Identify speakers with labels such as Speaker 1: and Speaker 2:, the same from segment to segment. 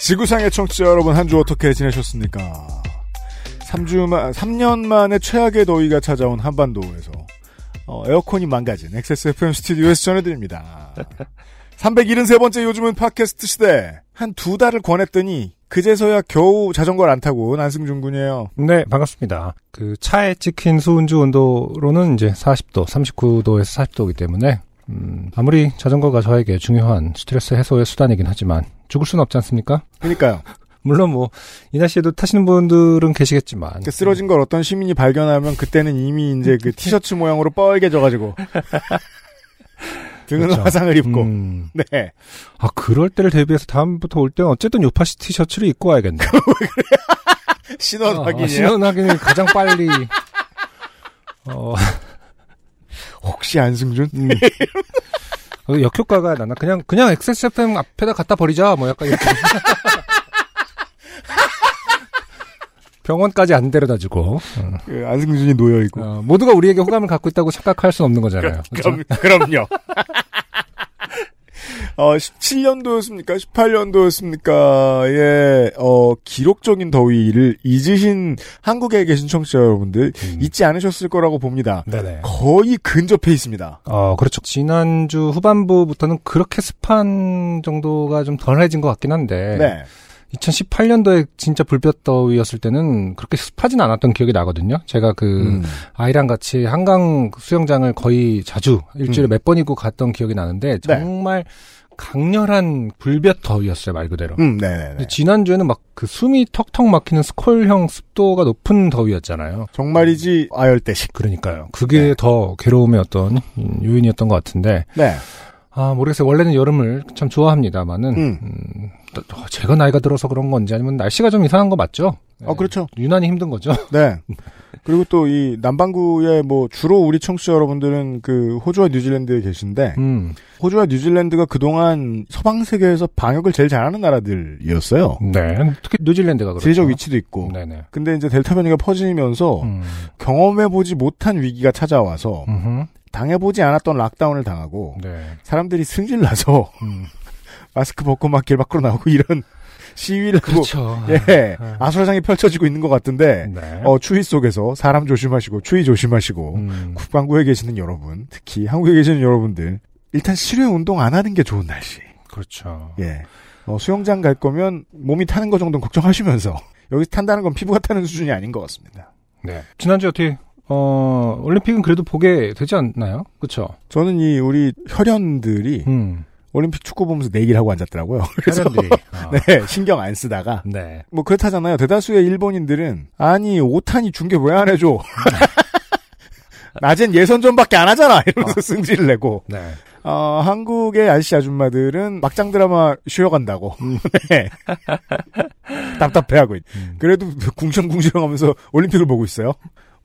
Speaker 1: 지구상의 청취자 여러분 한 주 어떻게 지내셨습니까? 3주만 3년 만에 최악의 더위가 찾아온 한반도에서 어, 에어컨이 망가진 XSFM 스튜디오에서 전해드립니다. 373번째 요즘은 팟캐스트 시대 한 두 달을 권했더니 그제서야 겨우 자전거를 안 타고 난승준 군이에요.
Speaker 2: 네, 반갑습니다. 그 차에 찍힌 수은주 온도로는 이제 40도, 39도에서 40도이기 때문에 음, 아무리 자전거가 저에게 중요한 스트레스 해소의 수단이긴 하지만 죽을 수는 없지 않습니까?
Speaker 1: 그러니까요.
Speaker 2: 물론 뭐 이날씨에도 타시는 분들은 계시겠지만
Speaker 1: 그 쓰러진 걸 어떤 시민이 발견하면 그때는 이미 이제 그 티셔츠 모양으로 뻘개져가지고 등은
Speaker 2: 그렇죠.
Speaker 1: 화상을 입고
Speaker 2: 음,
Speaker 1: 네
Speaker 2: 아 그럴 때를 대비해서 다음부터 올 때는 어쨌든 요파시 티셔츠를 입고 와야겠네.
Speaker 1: 신원
Speaker 2: 아,
Speaker 1: 확인이에요.
Speaker 2: 신원 확인이 가장 빨리. 어,
Speaker 1: 혹시 안승준?
Speaker 2: 음. 어, 역효과가 나나 그냥 그냥 XSFM 앞에다 갖다 버리자 뭐 약간 이렇게 병원까지 안 데려다주고 어,
Speaker 1: 그 안승준이 놓여 있고.
Speaker 2: 어, 모두가 우리에게 호감을 갖고 있다고 착각할 수는 없는 거잖아요. 그렇죠?
Speaker 1: 그럼, 그럼요. 어, 17년도였습니까? 18년도였습니까? 예, 어, 기록적인 더위를 잊으신 한국에 계신 청취자 여러분들 잊지 않으셨을 거라고 봅니다.
Speaker 2: 음. 네네.
Speaker 1: 거의 근접해 있습니다.
Speaker 2: 어 그렇죠. 지난주 후반부부터는 그렇게 습한 정도가 좀 덜해진 것 같긴 한데
Speaker 1: 네.
Speaker 2: 2018년도에 진짜 불볕더위였을 때는 그렇게 습하진 않았던 기억이 나거든요. 제가 그
Speaker 1: 음.
Speaker 2: 아이랑 같이 한강 수영장을 거의 자주 일주일에
Speaker 1: 음. 네.
Speaker 2: 몇 번이고 갔던 기억이 나는데 정말 강렬한 불볕 더위였어요 말 그대로.
Speaker 1: 음, 네네네.
Speaker 2: 근데 지난주에는 막 그 숨이 턱턱 막히는 스콜형 습도가 높은 더위였잖아요.
Speaker 1: 정말이지 아열대식.
Speaker 2: 그러니까요. 그게 더 괴로움의 어떤 요인이었던 것 같은데
Speaker 1: 네.
Speaker 2: 아 모르겠어요. 원래는 여름을 참 좋아합니다만은
Speaker 1: 음.
Speaker 2: 제가 나이가 들어서 그런 건지 아니면 날씨가 좀 이상한 거 맞죠?
Speaker 1: 아, 그렇죠.
Speaker 2: 유난히 힘든 거죠.
Speaker 1: 네. 그리고 또 이 남반구에 뭐 주로 우리 청취자 여러분들은 그 호주와 뉴질랜드에 계신데
Speaker 2: 음,
Speaker 1: 호주와 뉴질랜드가 그동안 서방 세계에서 방역을 제일 잘하는 나라들이었어요.
Speaker 2: 네. 특히 뉴질랜드가 그렇죠.
Speaker 1: 지리적 위치도 있고. 어.
Speaker 2: 네네.
Speaker 1: 근데 이제 델타 변이가 퍼지면서
Speaker 2: 음.
Speaker 1: 경험해보지 못한 위기가 찾아와서
Speaker 2: 음흠.
Speaker 1: 당해보지 않았던 락다운을 당하고
Speaker 2: 네.
Speaker 1: 사람들이 승질나서
Speaker 2: 음.
Speaker 1: 마스크 벗고 막 길 밖으로 나오고 이런 시위를
Speaker 2: 그렇죠.
Speaker 1: 하고 예
Speaker 2: 아.
Speaker 1: 아수라장이 펼쳐지고 있는 것 같은데
Speaker 2: 네.
Speaker 1: 어, 추위 속에서 사람 조심하시고 추위 조심하시고
Speaker 2: 음.
Speaker 1: 국방부에 계시는 여러분 특히 한국에 계시는 여러분들 일단 실외 운동 안 하는 게 좋은 날씨
Speaker 2: 그렇죠.
Speaker 1: 예. 어, 수영장 갈 거면 몸이 타는 거 정도는 걱정하시면서 여기서 탄다는 건 피부가 타는 수준이 아닌 것 같습니다.
Speaker 2: 네. 지난주 어떻게 어 올림픽은 그래도 보게 되지 않나요? 그렇죠.
Speaker 1: 저는 이 우리 혈연들이
Speaker 2: 음.
Speaker 1: 올림픽 축구 보면서 내기를 하고 앉았더라고요. 그래서
Speaker 2: 사람들이. 아, 네.
Speaker 1: 네, 신경 안 쓰다가 뭐 그렇다잖아요. 대다수의 일본인들은 아니 오탄이 중계 왜 안 해줘? 낮엔 예선전밖에 안 하잖아 이러면서 승질 내고
Speaker 2: 네.
Speaker 1: 어, 한국의 아저씨 아줌마들은 막장 드라마 쉬어간다고. 네. 답답해하고. 있-
Speaker 2: 음.
Speaker 1: 그래도 궁시렁궁시렁 하면서 올림픽을 보고 있어요.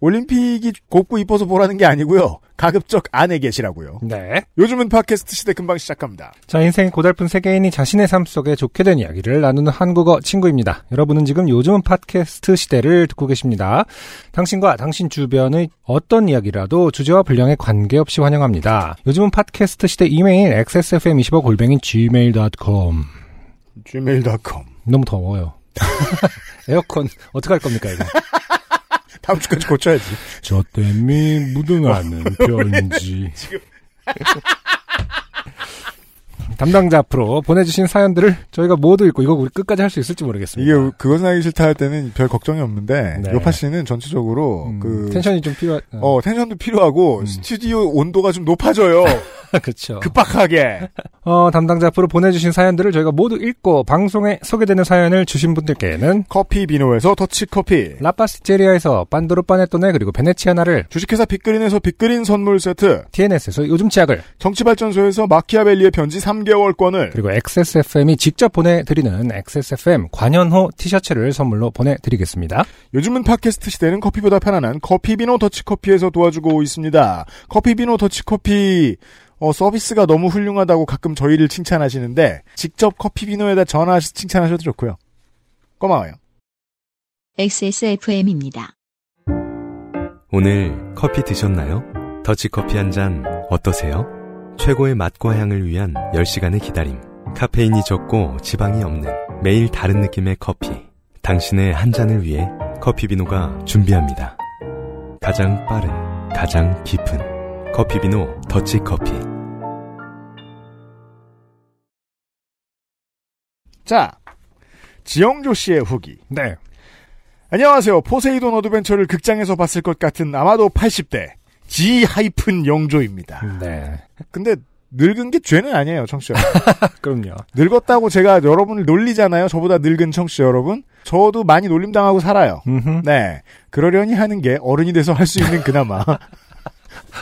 Speaker 1: 올림픽이 곱고 이뻐서 보라는 게 아니고요. 가급적 안에 계시라고요.
Speaker 2: 네.
Speaker 1: 요즘은 팟캐스트 시대 금방 시작합니다.
Speaker 2: 자, 인생이 고달픈 세계인이 자신의 삶 속에 좋게 된 이야기를 나누는 한국어 친구입니다. 여러분은 지금 요즘은 팟캐스트 시대를 듣고 계십니다. 당신과 당신 주변의 어떤 이야기라도 주제와 분량에 관계없이 환영합니다. 요즘은 팟캐스트 시대 이메일 xsfm25골뱅이 gmail.com
Speaker 1: gmail.com
Speaker 2: 너무 더워요. 에어컨 어떻게 할 겁니까 이거?
Speaker 1: 다음 주까지 고쳐야지.
Speaker 2: 저 땜이 묻어나는 편지. 담당자 앞으로 보내주신 사연들을 저희가 모두 읽고 이거 우리 끝까지 할 수 있을지 모르겠습니다.
Speaker 1: 이게 그것은 하기 싫다 할 때는 별 걱정이 없는데
Speaker 2: 네.
Speaker 1: 요파 씨는 전체적으로
Speaker 2: 음,
Speaker 1: 그
Speaker 2: 텐션이 좀 필요한.
Speaker 1: 어 텐션도 필요하고
Speaker 2: 음.
Speaker 1: 스튜디오 온도가 좀 높아져요.
Speaker 2: 그렇죠.
Speaker 1: 급박하게.
Speaker 2: 어, 담당자 앞으로 보내주신 사연들을 저희가 모두 읽고 방송에 소개되는 사연을 주신 분들께는
Speaker 1: 커피 비노에서 더치커피.
Speaker 2: 라파스티체리아에서 빤도르 빠네토네 그리고 베네치아나를
Speaker 1: 주식회사 빅그린에서 빅그린 선물 세트.
Speaker 2: TNS에서 요즘 치약을
Speaker 1: 정치발전소에서 마키아벨리의 편지 3개월권을.
Speaker 2: 그리고 XSFM이 직접 보내드리는 XSFM 관현호 티셔츠를 선물로 보내드리겠습니다.
Speaker 1: 요즘은 팟캐스트 시대는 커피보다 편안한 커피비노 더치커피에서 도와주고 있습니다. 커피비노 더치커피 어, 서비스가 너무 훌륭하다고 가끔 저희를 칭찬하시는데 직접 커피비노에다 전화해서 칭찬하셔도 좋고요. 고마워요.
Speaker 3: XSFM입니다.
Speaker 4: 오늘 커피 드셨나요? 더치커피 한 잔 어떠세요? 최고의 맛과 향을 위한 10시간의 기다림. 카페인이 적고 지방이 없는 매일 다른 느낌의 커피. 당신의 한 잔을 위해 커피비노가 준비합니다. 가장 빠른, 가장 깊은 커피비노 더치커피.
Speaker 1: 자, 지영조 씨의 후기.
Speaker 2: 네.
Speaker 1: 안녕하세요. 포세이돈 어드벤처를 극장에서 봤을 것 같은 아마도 80대 G 하이픈 영조입니다.
Speaker 2: 네.
Speaker 1: 근데 늙은 게 죄는 아니에요, 청취자. 여러분.
Speaker 2: 그럼요.
Speaker 1: 늙었다고 제가 여러분을 놀리잖아요. 저보다 늙은 청취자 여러분. 저도 많이 놀림당하고 살아요.
Speaker 2: 음흠.
Speaker 1: 네. 그러려니 하는 게 어른이 돼서 할 수 있는 그나마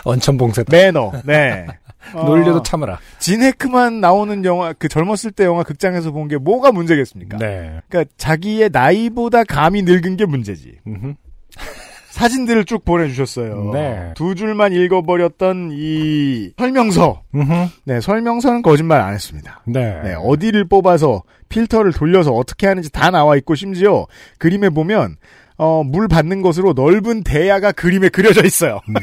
Speaker 2: 언천봉쇄다.
Speaker 1: 매너. 네. 어,
Speaker 2: 놀려도 참으라.
Speaker 1: 진 해크만 나오는 영화 그 젊었을 때 영화 극장에서 본 게 뭐가 문제겠습니까?
Speaker 2: 네.
Speaker 1: 그러니까 자기의 나이보다 감이 늙은 게 문제지.
Speaker 2: 음흠.
Speaker 1: 사진들을 쭉 보내주셨어요.
Speaker 2: 네.
Speaker 1: 두 줄만 읽어버렸던 이 설명서.
Speaker 2: 음흠.
Speaker 1: 네, 설명서는 거짓말 안 했습니다.
Speaker 2: 네.
Speaker 1: 네, 어디를 뽑아서 필터를 돌려서 어떻게 하는지 다 나와 있고 심지어 그림에 보면 어, 물 받는 것으로 넓은 대야가 그림에 그려져 있어요.
Speaker 2: 네.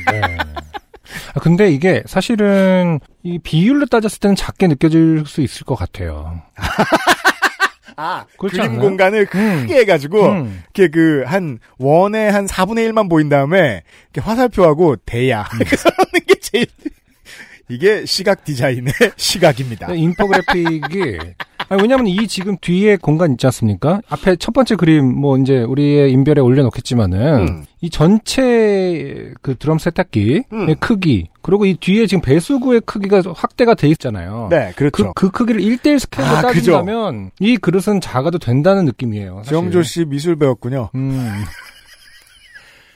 Speaker 2: 아, 근데 이게 사실은 이 비율로 따졌을 때는 작게 느껴질 수 있을 것 같아요.
Speaker 1: 아,
Speaker 2: 그렇지
Speaker 1: 그림
Speaker 2: 않나요?
Speaker 1: 공간을 크게 해가지고
Speaker 2: 음.
Speaker 1: 이렇게 그 한 원의 한 4분의 1만 보인 다음에 이렇게 화살표하고 대야
Speaker 2: 음.
Speaker 1: 이렇게 써놓는 게 제일 이게 시각 디자인의 시각입니다.
Speaker 2: 네, 인포그래픽이 아니, 왜냐면 이 지금 뒤에 공간 있지 않습니까? 앞에 첫 번째 그림 뭐 이제 우리의 인별에 올려놓겠지만은
Speaker 1: 음.
Speaker 2: 이 전체 그 드럼 세탁기의
Speaker 1: 음.
Speaker 2: 크기 그리고 이 뒤에 지금 배수구의 크기가 확대가 돼 있잖아요.
Speaker 1: 네,
Speaker 2: 그,
Speaker 1: 그렇죠.
Speaker 2: 그 크기를 1대1 스케일로
Speaker 1: 아, 그죠.
Speaker 2: 따진다면 이 그릇은 작아도 된다는 느낌이에요. 사실.
Speaker 1: 지영조 씨 미술 배웠군요.
Speaker 2: 음.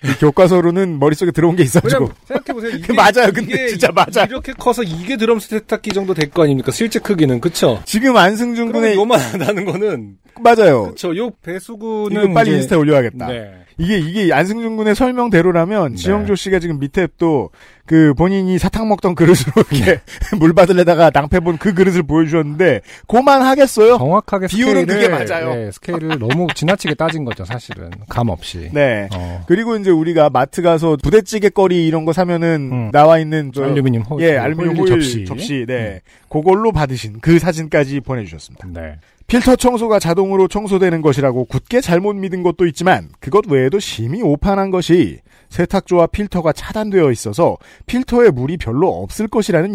Speaker 1: 이 교과서로는 머릿속에 들어온 게 있어가지고.
Speaker 2: 왜냐면 생각해보세요. 이게,
Speaker 1: 맞아요. 근데 진짜 맞아.
Speaker 2: 이렇게 커서 이게 드럼 세탁기 정도 될 거 아닙니까? 실제 크기는 그쵸?
Speaker 1: 지금 안승준
Speaker 2: 그러면
Speaker 1: 군의
Speaker 2: 요만하다는 거는
Speaker 1: 맞아요.
Speaker 2: 저요 배수구는
Speaker 1: 이거 빨리
Speaker 2: 이제-
Speaker 1: 인스타에 올려야겠다.
Speaker 2: 네.
Speaker 1: 이게 이게 안승준 군의 설명대로라면 지영조 씨가 지금 밑에 또 그 본인이 사탕 먹던 그릇으로
Speaker 2: 네.
Speaker 1: 이렇게 물 받으려다가 낭패 본 그 그릇을 보여주셨는데 고만하겠어요.
Speaker 2: 정확하게
Speaker 1: 비율은
Speaker 2: 스케일을
Speaker 1: 그게 맞아요.
Speaker 2: 네, 스케일을 너무 지나치게 따진 거죠, 사실은 감 없이.
Speaker 1: 네.
Speaker 2: 어,
Speaker 1: 그리고 이제 우리가 마트 가서 부대찌개 거리 이런 거 사면은
Speaker 2: 음.
Speaker 1: 나와 있는 저
Speaker 2: 알루미늄 호일,
Speaker 1: 예 알루미늄
Speaker 2: 호일
Speaker 1: 호일 접시, 네 그걸로 받으신 그 사진까지 보내주셨습니다.
Speaker 2: 음. 네.
Speaker 1: 필터 청소가 자동으로 청소되는 것이라고 굳게 잘못 믿은 것도 있지만 그것 외에도 심히 오판한 것이 세탁조와 필터가 차단되어 있어서 필터에 물이 별로 없을 것이라는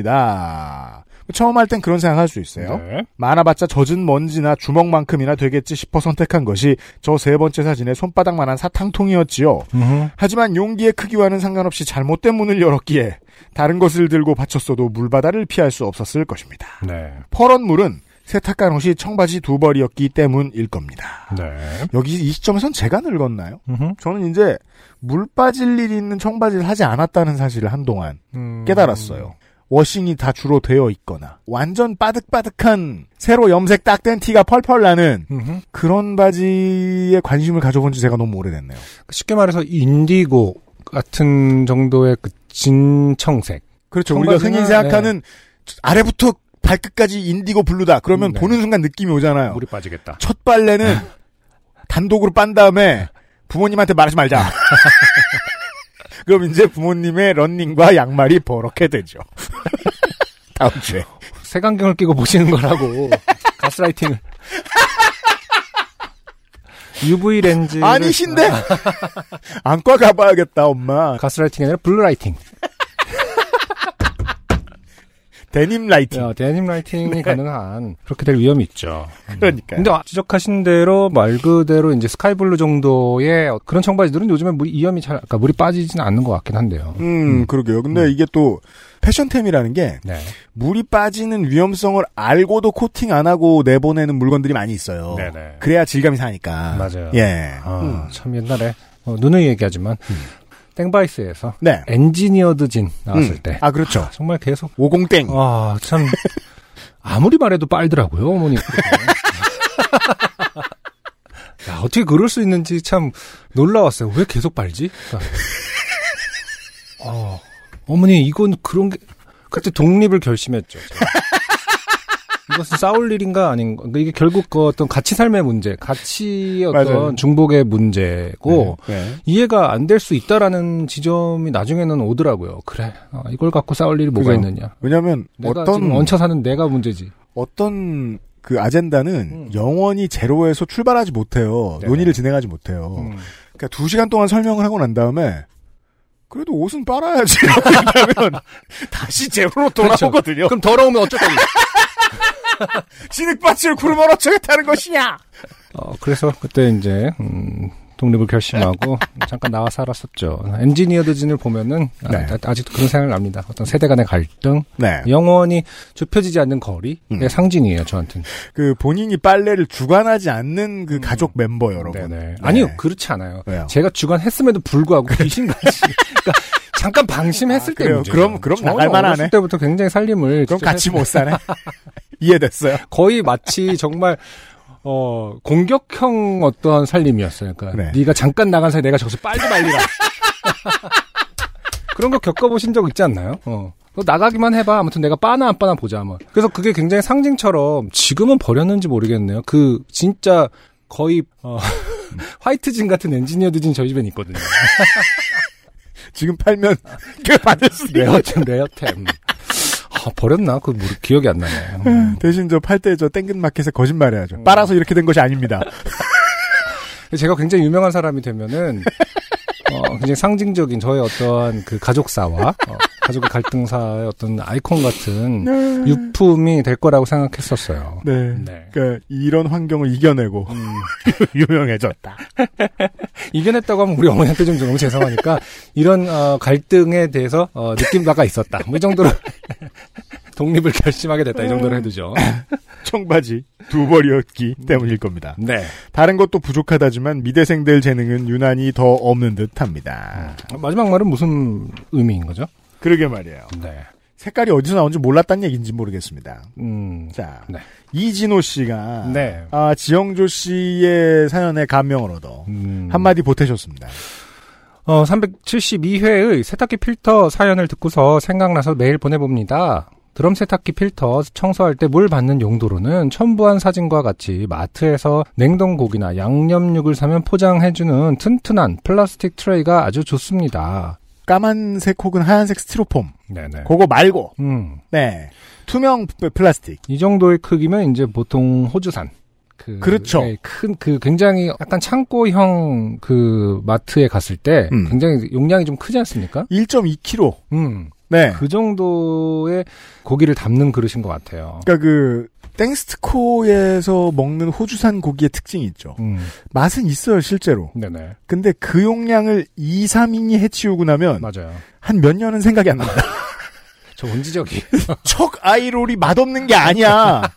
Speaker 1: 예상이었습니다. 처음 할 땐 그런 생각할 수 있어요.
Speaker 2: 네.
Speaker 1: 많아봤자 젖은 먼지나 주먹만큼이나 되겠지 싶어 선택한 것이 저 세 번째 사진의 손바닥만한 사탕통이었지요.
Speaker 2: 음흠.
Speaker 1: 하지만 용기의 크기와는 상관없이 잘못된 문을 열었기에 다른 것을 들고 받쳤어도 물바다를 피할 수 없었을 것입니다.
Speaker 2: 네.
Speaker 1: 퍼런 물은 세탁한 옷이 청바지 두 벌이었기 때문일 겁니다.
Speaker 2: 네.
Speaker 1: 여기 이 시점에선 제가 늙었나요?
Speaker 2: 음흠.
Speaker 1: 저는 이제 물 빠질 일이 있는 청바지를 하지 않았다는 사실을 한동안
Speaker 2: 음.
Speaker 1: 깨달았어요. 워싱이 다 주로 되어 있거나 완전 빠득빠득한 새로 염색 딱 된 티가 펄펄 나는
Speaker 2: 음흠.
Speaker 1: 그런 바지에 관심을 가져본 지 제가 너무 오래됐네요.
Speaker 2: 쉽게 말해서 인디고 같은 정도의 그 진청색.
Speaker 1: 그렇죠. 우리가
Speaker 2: 청바지나,
Speaker 1: 흔히 생각하는 아래부터 발끝까지 인디고 블루다. 그러면
Speaker 2: 음, 네.
Speaker 1: 보는 순간 느낌이 오잖아요.
Speaker 2: 물이 빠지겠다.
Speaker 1: 첫 빨래는 단독으로 빤 다음에 부모님한테 말하지 말자. 그럼 이제 부모님의 런닝과 양말이 버럭해 되죠. 다음 주에.
Speaker 2: 색안경을 끼고 보시는 거라고 가스라이팅을. UV
Speaker 1: 네,
Speaker 2: 렌즈.
Speaker 1: 아니신데? 안과 가봐야겠다, 엄마.
Speaker 2: 가스라이팅이 아니라 블루라이팅.
Speaker 1: 데님 라이팅.
Speaker 2: 어, 데님 라이팅이
Speaker 1: 네.
Speaker 2: 가능한 그렇게 될 위험이 있죠.
Speaker 1: 그러니까.
Speaker 2: 근데 지적하신 대로 말 그대로 이제 스카이블루 정도의 그런 청바지들은 요즘에 물이 이염이 잘, 그러니까 물이 빠지지는 않는 것 같긴 한데요.
Speaker 1: 음, 그러게요. 근데 이게 또 패션템이라는 게
Speaker 2: 네.
Speaker 1: 물이 빠지는 위험성을 알고도 코팅 안 하고 내보내는 물건들이 많이 있어요.
Speaker 2: 네네.
Speaker 1: 그래야 질감이 사니까.
Speaker 2: 맞아요.
Speaker 1: 예.
Speaker 2: 아,
Speaker 1: 음.
Speaker 2: 참 옛날에 어, 누누이 얘기하지만 땡바이스에서
Speaker 1: 네.
Speaker 2: 엔지니어드 진 나왔을
Speaker 1: 음.
Speaker 2: 때
Speaker 1: 아, 어. 그렇죠.
Speaker 2: 정말 계속
Speaker 1: 오공땡.
Speaker 2: 아, 참. 아무리 말해도 빨더라고요, 어머니. 야, 어떻게 그럴 수 있는지 참 놀라웠어요. 왜 계속 빨지? 그러니까. 어, 어머니, 이건 그런 게, 그때 독립을 결심했죠. 제가. 이것은 싸울 일인가 아닌가. 그러니까 이게 결국 그 어떤 가치 삶의 문제, 가치 어떤
Speaker 1: 맞아요.
Speaker 2: 중복의 문제고,
Speaker 1: 네.
Speaker 2: 이해가 안 될 수 있다라는 지점이 나중에는 오더라고요. 그래, 어, 이걸 갖고 싸울 일이 뭐가
Speaker 1: 그죠.
Speaker 2: 있느냐.
Speaker 1: 왜냐면
Speaker 2: 내가
Speaker 1: 어떤
Speaker 2: 지금 얹혀 사는 내가 문제지.
Speaker 1: 어떤 그 아젠다는
Speaker 2: 음.
Speaker 1: 영원히 제로에서 출발하지 못해요.
Speaker 2: 네네.
Speaker 1: 논의를 진행하지 못해요.
Speaker 2: 음.
Speaker 1: 그러니까 두 시간 동안 설명을 하고 난 다음에 그래도 옷은 빨아야지. 그러면 다시 제로로
Speaker 2: 그렇죠.
Speaker 1: 돌아오거든요.
Speaker 2: 그럼 더러우면 어쩔까? 그
Speaker 1: 진흙밭을 구름으로 어쩌겠다는 것이냐?
Speaker 2: 어, 그래서 그때 이제 음, 독립을 결심하고 잠깐 나와 살았었죠. 엔지니어드 진을 보면은 아,
Speaker 1: 네.
Speaker 2: 아, 직도 그런 생각이 납니다. 어떤 세대 간의 갈등,
Speaker 1: 네.
Speaker 2: 영원히 좁혀지지 않는 거리의 예,
Speaker 1: 음.
Speaker 2: 상징이에요, 저한테는.
Speaker 1: 그 본인이 빨래를 주관하지 않는 그 가족 멤버 여러분.
Speaker 2: 음. 네네.
Speaker 1: 네.
Speaker 2: 아니요, 그렇지 않아요.
Speaker 1: 왜요?
Speaker 2: 제가 주관했음에도 불구하고 귀신같이. 그러니까 잠깐 방심했을
Speaker 1: 아,
Speaker 2: 때
Speaker 1: 그래요?
Speaker 2: 문제.
Speaker 1: 그럼- 그럼 나갈 만하네.
Speaker 2: 때부터 굉장히 살림을
Speaker 1: 그럼
Speaker 2: 직접
Speaker 1: 같이 못 사네. 이해됐어요.
Speaker 2: 거의 마치 정말 어 공격형 어떠한 살림이었어요. 그러니까
Speaker 1: 네.
Speaker 2: 네. 가 잠깐 나간 사이 내가 저기서 빨리 말리라. 그런 거 겪어보신 적 있지 않나요? 어. 너 나가기만 해봐. 아무튼 내가 빠나 안 빠나 보자 한번. 그래서 그게 굉장히 상징처럼 지금은 버렸는지 모르겠네요. 그 진짜 거의 어, 화이트진 같은 엔지니어드 진 저희 집엔 있거든요.
Speaker 1: 지금 팔면 꽤 받을 수 있어요.
Speaker 2: 레어템 레어템. 아, 버렸나? 그 모르, 기억이 안 나네. 음.
Speaker 1: 대신 저 팔 때 저 땡근 마켓에 거짓말해야죠. 빨아서 이렇게 된 것이 아닙니다.
Speaker 2: 제가 굉장히 유명한 사람이 되면은 어, 굉장히 상징적인 저의 어떠한 그 가족사와 어, 가족의 갈등사의 어떤 아이콘 같은 유품이 될 거라고 생각했었어요.
Speaker 1: 네.
Speaker 2: 네. 음.
Speaker 1: 그러니까 이런 환경을 이겨내고 유명해졌다.
Speaker 2: 이겨냈다고 하면 우리 어머니한테 좀 너무 죄송하니까 이런 어, 갈등에 대해서 어, 느낀 바가 있었다. 뭐이 정도로 독립을 결심하게 됐다. 이 정도로 해두죠.
Speaker 1: 청바지 두 벌이었기 때문일 겁니다.
Speaker 2: 네.
Speaker 1: 다른 것도 부족하다지만 미대생 될 재능은 유난히 더 없는
Speaker 2: 음.
Speaker 1: 듯합니다.
Speaker 2: 마지막 말은 무슨 의미인 거죠?
Speaker 1: 그러게 말이에요.
Speaker 2: 네.
Speaker 1: 색깔이 어디서 나온지 몰랐다는 얘기인지 모르겠습니다.
Speaker 2: 음.
Speaker 1: 자,
Speaker 2: 네.
Speaker 1: 이진호 씨가
Speaker 2: 네.
Speaker 1: 아, 지영조 씨의 사연에 감명을 얻어
Speaker 2: 음.
Speaker 1: 한마디 보태셨습니다.
Speaker 2: 어, 372회의 세탁기 필터 사연을 듣고서 생각나서 메일 보내봅니다. 드럼 세탁기 필터 청소할 때 물 받는 용도로는 첨부한 사진과 같이 마트에서 냉동고기나 양념육을 사면 포장해주는 튼튼한 플라스틱 트레이가 아주 좋습니다.
Speaker 1: 까만색 혹은 하얀색 스티로폼
Speaker 2: 네네.
Speaker 1: 그거 말고
Speaker 2: 음.
Speaker 1: 네 투명 플- 플라스틱
Speaker 2: 이 정도의 크기면 이제 보통 호주산. 그,
Speaker 1: 그렇죠.
Speaker 2: 네, 큰, 그 굉장히 약간 창고형 그 마트에 갔을 때
Speaker 1: 음.
Speaker 2: 굉장히 용량이 좀 크지 않습니까?
Speaker 1: 1.2kg
Speaker 2: 음.
Speaker 1: 네
Speaker 2: 그 정도의 고기를 담는 그릇인 것 같아요.
Speaker 1: 그러니까 그 땡스트코에서 먹는 호주산 고기의 특징이 있죠.
Speaker 2: 음,
Speaker 1: 맛은 있어요 실제로.
Speaker 2: 네네.
Speaker 1: 근데 그 용량을 2, 3인이 해치우고 나면
Speaker 2: 맞아요.
Speaker 1: 한 몇 년은 생각이 안 납니다.
Speaker 2: 저 원지적이.
Speaker 1: 척 아이롤이 맛없는 게 아니야.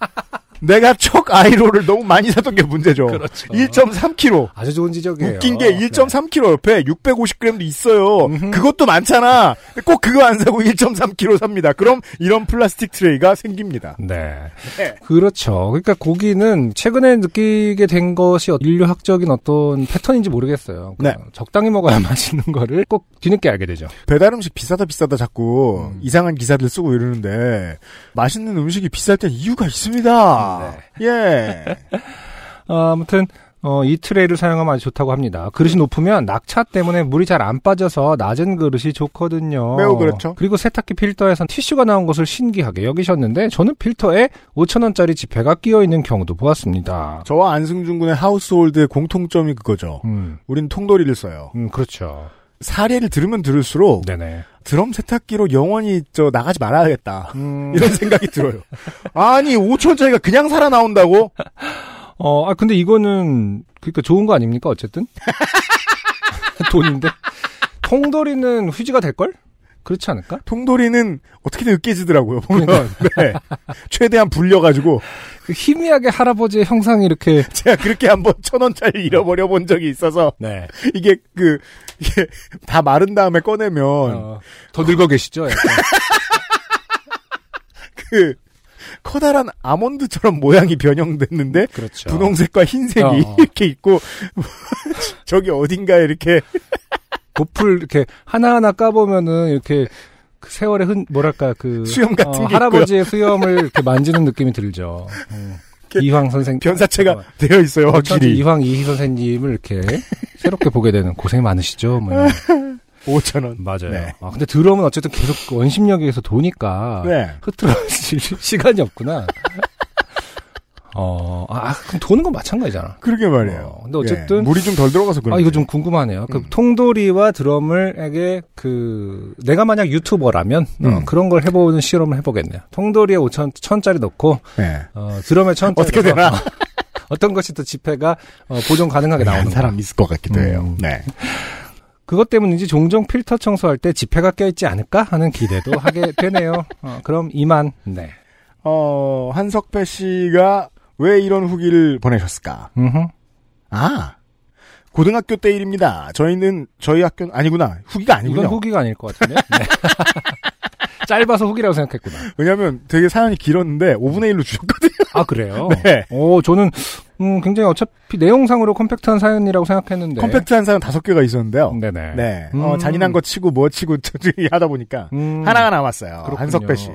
Speaker 1: 내가 척 아이롤을 너무 많이 사던 게 문제죠.
Speaker 2: 그렇죠.
Speaker 1: 1.3kg.
Speaker 2: 아주 좋은 지적이에요. 네.
Speaker 1: 웃긴 게 1.3kg 옆에 650g도 있어요.
Speaker 2: 음흠.
Speaker 1: 그것도 많잖아. 근데 꼭 그거 안 사고 1.3kg 삽니다. 그럼 이런 플라스틱 트레이가 생깁니다.
Speaker 2: 네.
Speaker 1: 네.
Speaker 2: 그렇죠. 그러니까 고기는 최근에 느끼게 된 것이 인류학적인 어떤 패턴인지 모르겠어요.
Speaker 1: 네.
Speaker 2: 적당히 먹어야 맛있는 거를 꼭 뒤늦게 알게 되죠.
Speaker 1: 배달 음식 비싸다 비싸다 자꾸
Speaker 2: 음.
Speaker 1: 이상한 기사들 쓰고 이러는데 맛있는 음식이 비쌀 땐 이유가 있습니다.
Speaker 2: 네.
Speaker 1: 예.
Speaker 2: 아, 아무튼 어, 이 트레이를 사용하면 아주 좋다고 합니다. 그릇이
Speaker 1: 네.
Speaker 2: 높으면 낙차 때문에 물이 잘 안 빠져서 낮은 그릇이 좋거든요.
Speaker 1: 매우 그렇죠.
Speaker 2: 그리고 세탁기 필터에선 티슈가 나온 것을 신기하게 여기셨는데 저는 필터에 5천 원짜리 지폐가 끼어 있는 경우도 보았습니다.
Speaker 1: 저와 안승준 군의 하우스홀드의 공통점이 그거죠.
Speaker 2: 음,
Speaker 1: 우린 통돌이를 써요.
Speaker 2: 음, 그렇죠.
Speaker 1: 사례를 들으면 들을수록
Speaker 2: 네네.
Speaker 1: 드럼 세탁기로 영원히 저 나가지 말아야겠다.
Speaker 2: 음,
Speaker 1: 이런 생각이 들어요. 아니 5천원짜리가 그냥 살아 나온다고?
Speaker 2: 어, 아, 근데 이거는, 그니까 좋은 거 아닙니까? 어쨌든? 돈인데? 통돌이는 휴지가 될걸? 그렇지 않을까?
Speaker 1: 통돌이는 어떻게든 으깨지더라고요. 보면 네. 최대한 불려가지고
Speaker 2: 그 희미하게 할아버지의 형상이 이렇게,
Speaker 1: 제가 그렇게 한번 천 원짜리 잃어버려 본 적이 있어서
Speaker 2: 네.
Speaker 1: 이게 그 이게 다 마른 다음에 꺼내면
Speaker 2: 어, 더 늙어 계시죠? 약간.
Speaker 1: 그 커다란 아몬드처럼 모양이 변형됐는데
Speaker 2: 그렇죠.
Speaker 1: 분홍색과 흰색이
Speaker 2: 어, 어.
Speaker 1: 이렇게 있고 저기 어딘가에 이렇게
Speaker 2: 보풀 이렇게 하나하나 까보면은 이렇게 그 세월의 흔 뭐랄까 그
Speaker 1: 수염 같은 게 있고요.
Speaker 2: 할아버지의 수염을 이렇게 만지는 느낌이 들죠. 음.
Speaker 1: 이렇게
Speaker 2: 이황 선생
Speaker 1: 변사체가
Speaker 2: 어,
Speaker 1: 되어 있어요 확실히
Speaker 2: 이황 이희 선생님을 이렇게 새롭게 보게 되는 고생 많으시죠. 뭐 이런.
Speaker 1: 5천 원.
Speaker 2: 맞아요.
Speaker 1: 네.
Speaker 2: 아, 근데 드럼은 어쨌든 계속 그 원심력에서 도니까
Speaker 1: 네.
Speaker 2: 흐트러질 시간이 없구나. 어, 아, 그럼 도는 건 마찬가지잖아.
Speaker 1: 그러게 말이에요.
Speaker 2: 어, 근데 어쨌든-
Speaker 1: 예, 물이 좀 덜 들어가서 그런.
Speaker 2: 아, 이거 좀 궁금하네요. 그
Speaker 1: 음.
Speaker 2: 통돌이와 드럼을에게 그 내가 만약 유튜버라면 어,
Speaker 1: 음.
Speaker 2: 그런 걸 해보는 실험을 해보겠네요. 통돌이에 5천 천짜리 넣고
Speaker 1: 네. 아,
Speaker 2: 어, 드럼에 천
Speaker 1: 어떻게 되나?
Speaker 2: 어떤 것이 더 지폐가 어, 보존 가능하게 나오는
Speaker 1: 한
Speaker 2: 사람.
Speaker 1: 사람 있을 것 같기도 해요.
Speaker 2: 음.
Speaker 1: 네.
Speaker 2: 그것 때문인지 종종 필터 청소할 때 지폐가 껴있지 않을까 하는 기대도 하게 되네요. 어, 그럼 이만. 네.
Speaker 1: 어 한석배 씨가 왜 이런 후기를 보내셨을까?
Speaker 2: 음흠.
Speaker 1: 아 고등학교 때 일입니다. 저희는 저희 학교 는 아니구나 후기가
Speaker 2: 이건
Speaker 1: 아니군요.
Speaker 2: 후기가 아닐 것 같은데. 네. 짧아서 후기라고 생각했구나.
Speaker 1: 왜냐하면 되게 사연이 길었는데 5분의 1로 주셨거든요.
Speaker 2: 아 그래요?
Speaker 1: 네.
Speaker 2: 오, 저는 음, 굉장히 어차피 내용상으로 컴팩트한 사연이라고 생각했는데.
Speaker 1: 컴팩트한 사연 다섯 개가 있었는데요.
Speaker 2: 네네.
Speaker 1: 네.
Speaker 2: 음.
Speaker 1: 어, 잔인한 거 치고 뭐 치고 저기 하다 보니까
Speaker 2: 음.
Speaker 1: 하나가 남았어요.
Speaker 2: 그렇군요.
Speaker 1: 한석배 씨.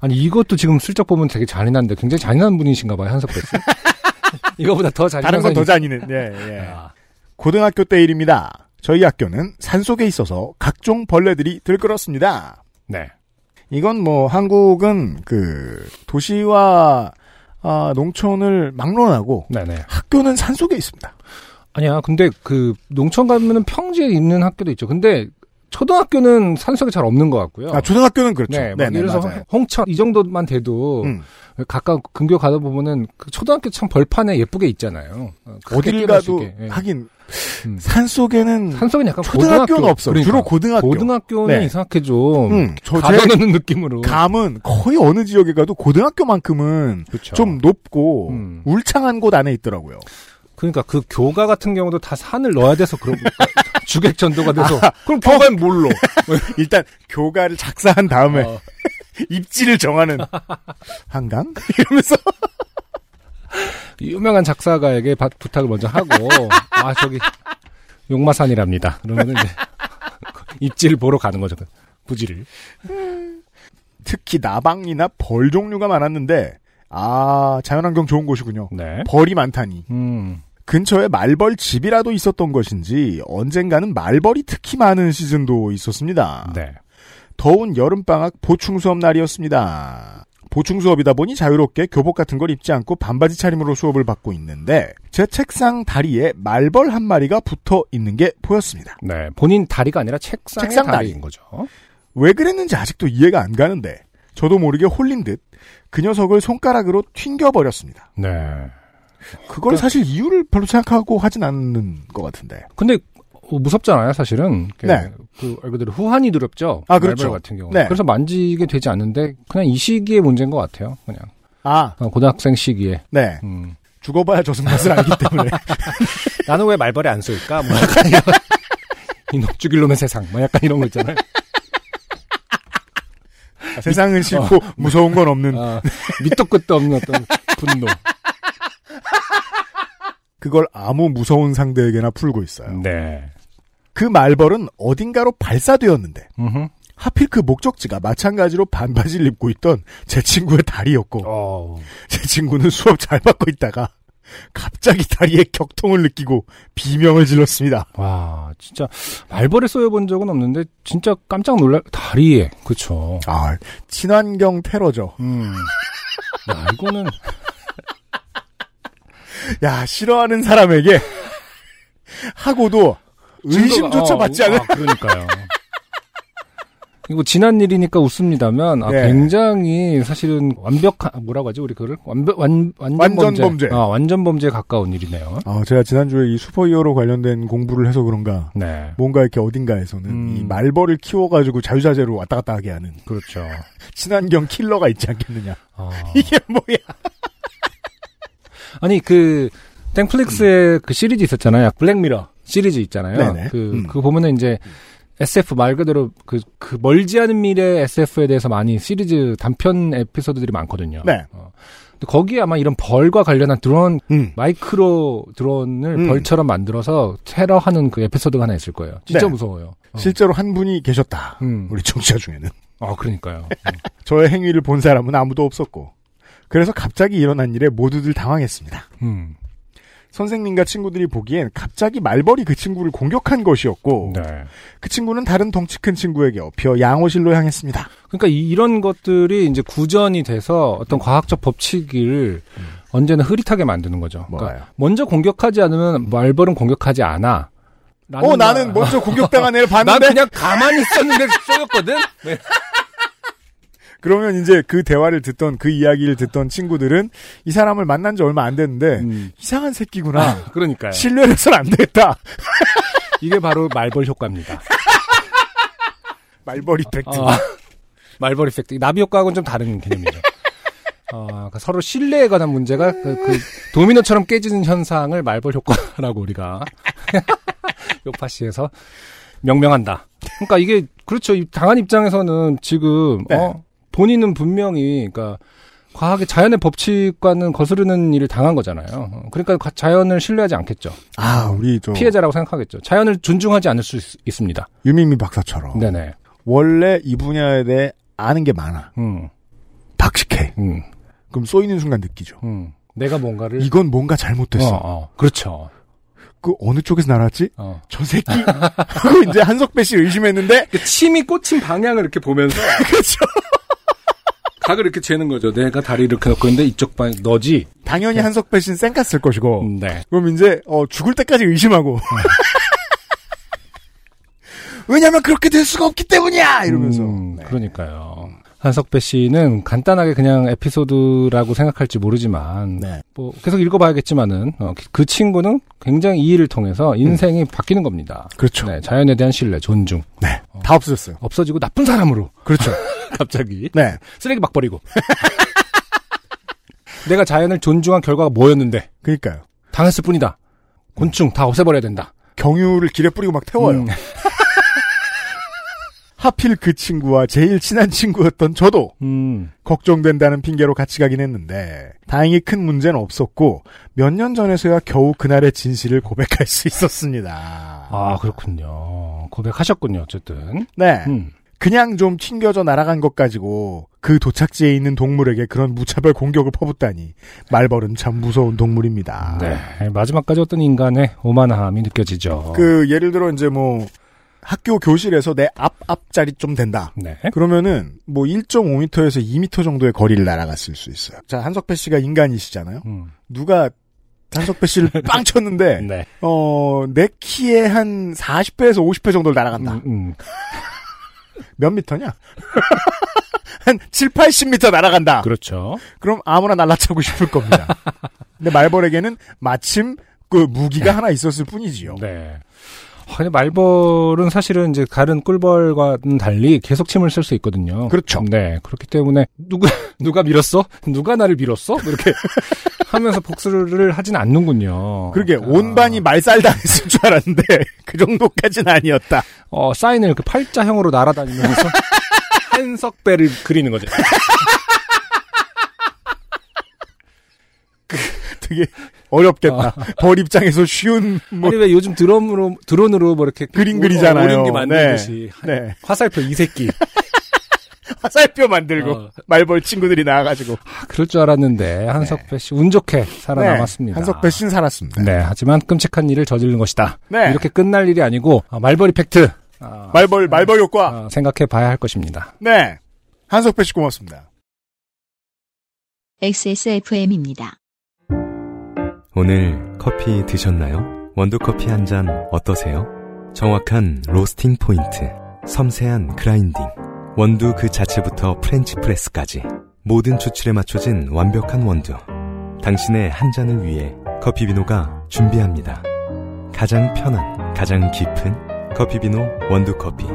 Speaker 2: 아니 이것도 지금 슬쩍 보면 되게 잔인한데 굉장히 잔인한 분이신가 봐요 한석배 씨. 이거보다 더 잔인한
Speaker 1: 다른 건 더
Speaker 2: 사연이-
Speaker 1: 잔인해. 예, 예.
Speaker 2: 아,
Speaker 1: 고등학교 때 일입니다. 저희 학교는 산속에 있어서 각종 벌레들이 들끓었습니다.
Speaker 2: 네.
Speaker 1: 이건 뭐 한국은 그 도시와 아, 농촌을 막론하고
Speaker 2: 네네.
Speaker 1: 학교는 산속에 있습니다.
Speaker 2: 아니야. 근데 그 농촌 가면은 평지에 있는 학교도 있죠. 근데 초등학교는 산속에 잘 없는 것 같고요.
Speaker 1: 아, 초등학교는
Speaker 2: 어.
Speaker 1: 그렇죠.
Speaker 2: 네, 막
Speaker 1: 네네,
Speaker 2: 예를 들어서
Speaker 1: 맞아요.
Speaker 2: 홍천 이 정도만 돼도
Speaker 1: 음.
Speaker 2: 가까운 근교 가다 보면은 그 초등학교 참 벌판에 예쁘게 있잖아요. 어, 크게
Speaker 1: 어딜
Speaker 2: 뛰어놀 수
Speaker 1: 가도
Speaker 2: 있게. 예.
Speaker 1: 하긴
Speaker 2: 음.
Speaker 1: 산속에는
Speaker 2: 산속은 약간
Speaker 1: 초등학교는
Speaker 2: 고등학교.
Speaker 1: 없어.
Speaker 2: 그러니까.
Speaker 1: 주로 고등학교.
Speaker 2: 고등학교는
Speaker 1: 네.
Speaker 2: 이상하게 좀
Speaker 1: 음, 저- 제
Speaker 2: 가둬놓는 느낌으로.
Speaker 1: 감은 거의 어느 지역에 가도 고등학교만큼은
Speaker 2: 그렇죠.
Speaker 1: 좀 높고
Speaker 2: 음.
Speaker 1: 울창한 곳 안에 있더라고요.
Speaker 2: 그러니까 그 교가 같은 경우도 다 산을 넣어야 돼서 그런 거- 주객 전도가 돼서
Speaker 1: 아,
Speaker 2: 어. 그럼 교가는 뭘로?
Speaker 1: 일단 교가를 작사한 다음에
Speaker 2: 어,
Speaker 1: 입지를 정하는 한강 이러면서
Speaker 2: 유명한 작사가에게 바- 부탁을 먼저 하고 아 저기 용마산이랍니다. 그러면 이제 입지를 보러 가는 거죠. 그 부지를.
Speaker 1: 특히 나방이나 벌 종류가 많았는데 아 자연환경 좋은 곳이군요.
Speaker 2: 네.
Speaker 1: 벌이 많다니
Speaker 2: 음.
Speaker 1: 근처에 말벌 집이라도 있었던 것인지 언젠가는 말벌이 특히 많은 시즌도 있었습니다.
Speaker 2: 네.
Speaker 1: 더운 여름방학 보충 수업 날이었습니다. 보충 수업이다 보니 자유롭게 교복 같은 걸 입지 않고 반바지 차림으로 수업을 받고 있는데 제 책상 다리에 말벌 한 마리가 붙어 있는 게 보였습니다.
Speaker 2: 네. 본인 다리가 아니라 책상의
Speaker 1: 책상 다리.
Speaker 2: 다리인 거죠.
Speaker 1: 왜 그랬는지 아직도 이해가 안 가는데 저도 모르게 홀린 듯 그 녀석을 손가락으로 튕겨버렸습니다.
Speaker 2: 네.
Speaker 1: 그걸 사실 이유를 별로 생각하고 하진 않는 것 같은데.
Speaker 2: 근데 어, 무섭잖아요, 사실은. 그,
Speaker 1: 네.
Speaker 2: 그, 말 그대로 후한이 두렵죠.
Speaker 1: 아, 그렇죠.
Speaker 2: 말벌 같은 경우.
Speaker 1: 네.
Speaker 2: 그래서 만지게 되지 않는데 그냥 이 시기의 문제인 것 같아요. 그냥
Speaker 1: 아,
Speaker 2: 어, 고등학생 시기에.
Speaker 1: 네.
Speaker 2: 음.
Speaker 1: 죽어봐야 저승 맛을 알기 때문에.
Speaker 2: 나는 왜 말벌에 안 쏠까? 뭐 약간 이런 이놈 죽일 놈의 세상 뭐 약간 이런 거 있잖아요.
Speaker 1: 세상은 싫고 무서운 건 없는
Speaker 2: 아, 밑도 끝도 없는 어떤 분노.
Speaker 1: 그걸 아무 무서운 상대에게나 풀고 있어요.
Speaker 2: 네.
Speaker 1: 그 말벌은 어딘가로 발사되었는데
Speaker 2: 음흠.
Speaker 1: 하필 그 목적지가 마찬가지로 반바지를 입고 있던 제 친구의 다리였고
Speaker 2: 어.
Speaker 1: 제 친구는 수업 잘 받고 있다가 갑자기 다리에 격통을 느끼고 비명을 질렀습니다.
Speaker 2: 와, 진짜 말벌에 쏘여본 적은 없는데 진짜 깜짝 놀랄 다리에 그쵸.
Speaker 1: 아 친환경 테러죠.
Speaker 2: 음. 야 이거는
Speaker 1: 야 싫어하는 사람에게 하고도 의심조차
Speaker 2: 어,
Speaker 1: 받지
Speaker 2: 어,
Speaker 1: 않을
Speaker 2: 아, 그러니까요. 이거 지난 일이니까 웃습니다면 아,
Speaker 1: 예. 굉장히
Speaker 2: 사실은 완벽한 아, 뭐라고 하지 우리 그를 완벽 완 완전,
Speaker 1: 완전 범죄.
Speaker 2: 아 완전 범죄에 가까운 일이네요.
Speaker 1: 아, 제가 지난주에 이 슈퍼히어로 관련된 공부를 해서 그런가
Speaker 2: 네,
Speaker 1: 뭔가 이렇게 어딘가에서는
Speaker 2: 음.
Speaker 1: 이 말벌을 키워가지고 자유자재로 왔다 갔다 하게 하는
Speaker 2: 그렇죠.
Speaker 1: 친환경 킬러가 있지 않겠느냐.
Speaker 2: 아.
Speaker 1: 이게 뭐야?
Speaker 2: 아니 그 땡플릭스의 그 시리즈 있었잖아요. 블랙미러 시리즈 있잖아요.
Speaker 1: 네네.
Speaker 2: 그
Speaker 1: 음.
Speaker 2: 그 보면은 이제 SF 말 그대로 그, 그 멀지 않은 미래 SF에 대해서 많이 시리즈 단편 에피소드들이 많거든요.
Speaker 1: 네.
Speaker 2: 어. 근데 거기에 아마 이런 벌과 관련한 드론
Speaker 1: 음.
Speaker 2: 마이크로 드론을
Speaker 1: 음.
Speaker 2: 벌처럼 만들어서 테러하는 그 에피소드가 하나 있을 거예요. 진짜
Speaker 1: 네.
Speaker 2: 무서워요. 어.
Speaker 1: 실제로 한 분이 계셨다.
Speaker 2: 음.
Speaker 1: 우리 청취자 중에는.
Speaker 2: 아 그러니까요. 어.
Speaker 1: 저의 행위를 본 사람은 아무도 없었고. 그래서 갑자기 일어난 일에 모두들 당황했습니다.
Speaker 2: 음.
Speaker 1: 선생님과 친구들이 보기엔 갑자기 말벌이 그 친구를 공격한 것이었고
Speaker 2: 네.
Speaker 1: 그 친구는 다른 덩치 큰 친구에게 업혀 양호실로 향했습니다.
Speaker 2: 그러니까 이, 런 것들이 이제 구전이 돼서 어떤 과학적 법칙을 언제나 흐릿하게 만드는 거죠. 그러니까
Speaker 1: 음. 뭐가요?
Speaker 2: 먼저 공격하지 않으면 말벌은 공격하지 그러니까 않아. 라는
Speaker 1: 어
Speaker 2: 말-
Speaker 1: 나는 먼저 공격당한 애를
Speaker 2: 난
Speaker 1: 봤는데
Speaker 2: 그냥 가만히 있었는데 쏘였거든. 네.
Speaker 1: 그러면 이제 그 대화를 듣던 그 이야기를 듣던 친구들은 이 사람을 만난 지 얼마 안 됐는데
Speaker 2: 음. 아.
Speaker 1: 이상한 새끼구나.
Speaker 2: 그러니까요.
Speaker 1: 신뢰를 해서는 안 되겠다.
Speaker 2: 이게 바로 말벌 효과입니다.
Speaker 1: 말벌이 팩트.
Speaker 2: 아, 말벌 이펙트. 나비 효과하고는 좀 다른 개념이죠. 어, 그러니까 서로 신뢰에 관한 문제가 그, 그 도미노처럼 깨지는 현상을 말벌 효과라고 우리가 요파시에서 명명한다. 그러니까 이게 그렇죠. 이 당한 입장에서는 지금
Speaker 1: 네.
Speaker 2: 어, 본인은 분명히 그러니까 과학의 자연의 법칙과는 거스르는 일을 당한 거잖아요. 어, 그러니까 가- 자연을 신뢰하지 않겠죠.
Speaker 1: 아, 우리 저
Speaker 2: 피해자라고 생각하겠죠. 자연을 존중하지 않을 수 있, 습니다
Speaker 1: 유미미 박사처럼
Speaker 2: 네네.
Speaker 1: 원래 이 분야에 대해 아는 게 많아.
Speaker 2: 음,
Speaker 1: 박식해.
Speaker 2: 음,
Speaker 1: 그럼 쏘이는 순간 느끼죠.
Speaker 2: 음. 내가 뭔가를
Speaker 1: 이건 뭔가 잘못됐어.
Speaker 2: 어, 어. 그렇죠.
Speaker 1: 그 어느 쪽에서 날았지?
Speaker 2: 어.
Speaker 1: 저 새끼 하고 이제 한석배 씨 의심했는데
Speaker 2: 그러니까 침이 꽂힌 방향을 이렇게 보면서
Speaker 1: 그렇죠.
Speaker 2: 각을 이렇게 재는 거죠. 내가 다리 이렇게 놓고 있는데 이쪽 방향 너지.
Speaker 1: 당연히
Speaker 2: 네.
Speaker 1: 한석배 씨는 쌩깠을 것이고
Speaker 2: 음, 네.
Speaker 1: 그럼 이제 어, 죽을 때까지 의심하고 왜냐면 그렇게 될 수가 없기 때문이야 이러면서
Speaker 2: 음,
Speaker 1: 네.
Speaker 2: 그러니까요. 한석배 씨는 간단하게 그냥 에피소드라고 생각할지 모르지만
Speaker 1: 네.
Speaker 2: 뭐 계속 읽어봐야겠지만은 어, 그 친구는 굉장히 이 일을 통해서 인생이 바뀌는 겁니다.
Speaker 1: 음. 그렇죠.
Speaker 2: 네, 자연에 대한 신뢰, 존중
Speaker 1: 네. 다 없어졌어요.
Speaker 2: 없어지고 나쁜 사람으로
Speaker 1: 그렇죠.
Speaker 2: 갑자기
Speaker 1: 네.
Speaker 2: 쓰레기 막 버리고 내가 자연을 존중한 결과가 뭐였는데
Speaker 1: 그러니까요.
Speaker 2: 당했을 뿐이다. 곤충 다 없애버려야 된다.
Speaker 1: 경유를 길에 뿌리고 막 태워요.
Speaker 2: 음.
Speaker 1: 하필 그 친구와 제일 친한 친구였던 저도
Speaker 2: 음.
Speaker 1: 걱정된다는 핑계로 같이 가긴 했는데 다행히 큰 문제는 없었고 몇 년 전에서야 겨우 그날의 진실을 고백할 수 있었습니다.
Speaker 2: 아, 그렇군요. 고백하셨군요, 어쨌든.
Speaker 1: 네.
Speaker 2: 음.
Speaker 1: 그냥 좀 튕겨져 날아간 것 가지고 그 도착지에 있는 동물에게 그런 무차별 공격을 퍼붓다니 말벌은 참 무서운 동물입니다.
Speaker 2: 네. 마지막까지 어떤 인간의 오만함이 느껴지죠.
Speaker 1: 그 예를 들어 이제 뭐 학교 교실에서 내 앞 앞자리 좀 된다.
Speaker 2: 네.
Speaker 1: 그러면은 뭐 1.5m에서 2m 정도의 거리를 날아갔을 수 있어요. 자 한석배 씨가 인간이시잖아요.
Speaker 2: 음.
Speaker 1: 누가 한석배 씨를 빵 쳤는데
Speaker 2: 네.
Speaker 1: 어, 내 키에 한 40배에서 50배 정도를
Speaker 2: 음,
Speaker 1: 날아간다.
Speaker 2: 음.
Speaker 1: 몇 미터냐? 한 7, 80미터 날아간다.
Speaker 2: 그렇죠.
Speaker 1: 그... 럼 아무나 날라차고 싶을 겁니다. 근데 말벌에게는 마침 그 무기가 하나 있었을 뿐이지요.
Speaker 2: 네. 아, 근데 말벌은 사실은 이제 다른 꿀벌과는 달리 계속 침을 쓸 수 있거든요.
Speaker 1: 그렇죠.
Speaker 2: 네. 그렇기 때문에 누가, 누가 밀었어? 누가 나를 밀었어? 이렇게 하면서 복수를 하진 않는군요.
Speaker 1: 그러게
Speaker 2: 그러니까,
Speaker 1: 온반이 말살당했을 줄 알았는데 그 정도까지는 아니었다.
Speaker 2: 어, 사인을 이렇게 팔자형으로 날아다니면서 한석배를 그리는 거죠.
Speaker 1: 되게 어렵겠다. 벌 입장에서 쉬운 뭐
Speaker 2: 아니 왜 요즘 드론으로 드론으로 뭐 이렇게
Speaker 1: 그림
Speaker 2: 오-
Speaker 1: 그리잖아요.
Speaker 2: 오림기 만들듯이
Speaker 1: 네. 네.
Speaker 2: 화살표 이 새끼.
Speaker 1: 화살표 만들고
Speaker 2: 어.
Speaker 1: 말벌 친구들이 나와가지고
Speaker 2: 아, 그럴 줄 알았는데 한석배 씨 운 좋게 살아남았습니다.
Speaker 1: 네, 한석배 씨는 살았습니다.
Speaker 2: 네. 하지만 끔찍한 일을 저지른 것이다.
Speaker 1: 네.
Speaker 2: 이렇게 끝날 일이 아니고 아, 말벌이 팩트 아,
Speaker 1: 말벌 말벌 효과.
Speaker 2: 생각해 봐야 할 것입니다.
Speaker 1: 네. 한석배 씨 고맙습니다.
Speaker 3: XSFM입니다.
Speaker 4: 오늘 커피 드셨나요? 원두커피 한 잔 어떠세요? 정확한 로스팅 포인트, 섬세한 그라인딩, 원두 그 자체부터 프렌치 프레스까지 모든 추출에 맞춰진 완벽한 원두. 당신의 한 잔을 위해 커피비노가 준비합니다. 가장 편한, 가장 깊은 커피비노 원두커피.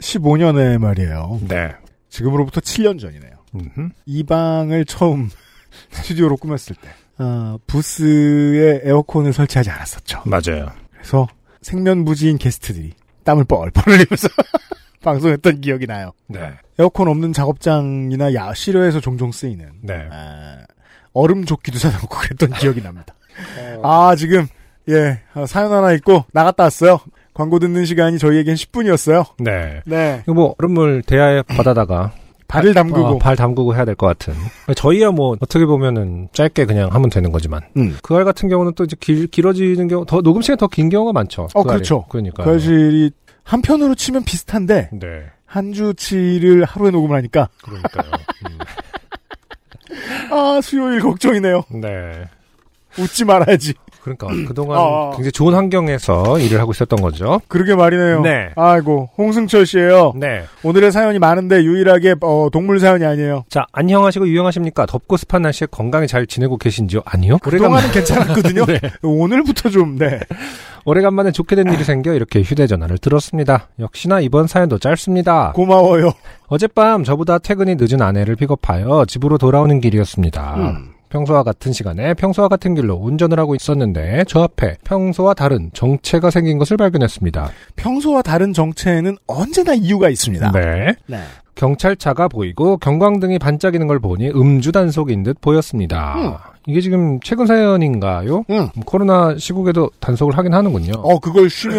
Speaker 1: 2015년에 말이에요.
Speaker 2: 네.
Speaker 1: 지금으로부터 7년 전이네요.
Speaker 2: 음흠.
Speaker 1: 이 방을 처음 스튜디오로 꾸몄을 때 아, 부스에 에어컨을 설치하지 않았었죠.
Speaker 2: 맞아요.
Speaker 1: 그래서 생면부지인 게스트들이 땀을 뻘뻘 흘리면서 방송했던 기억이 나요.
Speaker 2: 네.
Speaker 1: 에어컨 없는 작업장이나 야 실외에서 종종 쓰이는
Speaker 2: 네.
Speaker 1: 아, 얼음 조끼도 사놓고 그랬던 기억이 납니다.
Speaker 2: 어.
Speaker 1: 아 지금 예 아, 사연 하나 있고 나갔다 왔어요. 광고 듣는 시간이 저희에겐 10분이었어요.
Speaker 2: 네.
Speaker 1: 네
Speaker 2: 이거 뭐 얼음물 대야에 받아다가
Speaker 1: 발을 담그고
Speaker 2: 어, 발 담그고 해야 될 것 같은. 저희야 뭐 어떻게 보면은 짧게 그냥 하면 되는 거지만
Speaker 1: 음.
Speaker 2: 그 알 같은 경우는 또 이제 길, 길어지는 경우 더 녹음 시간 이 더 긴 경우가 많죠.
Speaker 1: 어,
Speaker 2: 그 알이.
Speaker 1: 그렇죠.
Speaker 2: 그러니까.
Speaker 1: 그 사실이 한편으로 치면 비슷한데
Speaker 2: 네.
Speaker 1: 한 주치를 하루에 녹음을 하니까
Speaker 2: 그러니까요. 음.
Speaker 1: 아 수요일 걱정이네요.
Speaker 2: 네.
Speaker 1: 웃지 말아야지.
Speaker 2: 그러니까 그동안
Speaker 1: 어.
Speaker 2: 굉장히 좋은 환경에서 일을 하고 있었던 거죠.
Speaker 1: 그러게 말이네요. 어.
Speaker 2: 네.
Speaker 1: 아이고 홍승철 씨예요.
Speaker 2: 네.
Speaker 1: 오늘의 사연이 많은데 유일하게 어, 동물 사연이 아니에요.
Speaker 2: 자, 안녕하시고 유용하십니까? 덥고 습한 날씨에 건강히 잘 지내고 계신지요? 아니요. 오래간만에,
Speaker 1: 그동안은 괜찮았거든요.
Speaker 2: 네.
Speaker 1: 오늘부터 좀 네.
Speaker 2: 오래간만에 좋게 된 일이 생겨 이렇게 휴대전화를 들었습니다. 역시나 이번 사연도 짧습니다.
Speaker 1: 고마워요.
Speaker 2: 어젯밤 저보다 퇴근이 늦은 아내를 픽업하여 집으로 돌아오는 길이었습니다.
Speaker 1: 음.
Speaker 2: 평소와 같은 시간에 평소와 같은 길로 운전을 하고 있었는데 저 앞에 평소와 다른 정체가 생긴 것을 발견했습니다.
Speaker 1: 평소와 다른 정체에는 언제나 이유가 있습니다.
Speaker 2: 네.
Speaker 1: 네.
Speaker 2: 경찰차가 보이고 경광등이 반짝이는 걸 보니 음주 단속인 듯
Speaker 1: 음.
Speaker 2: 보였습니다. 이게 지금 최근 사연인가요?
Speaker 1: 응.
Speaker 2: 음, 코로나 시국에도 단속을 하긴 하는군요.
Speaker 1: 어 그걸 쉬면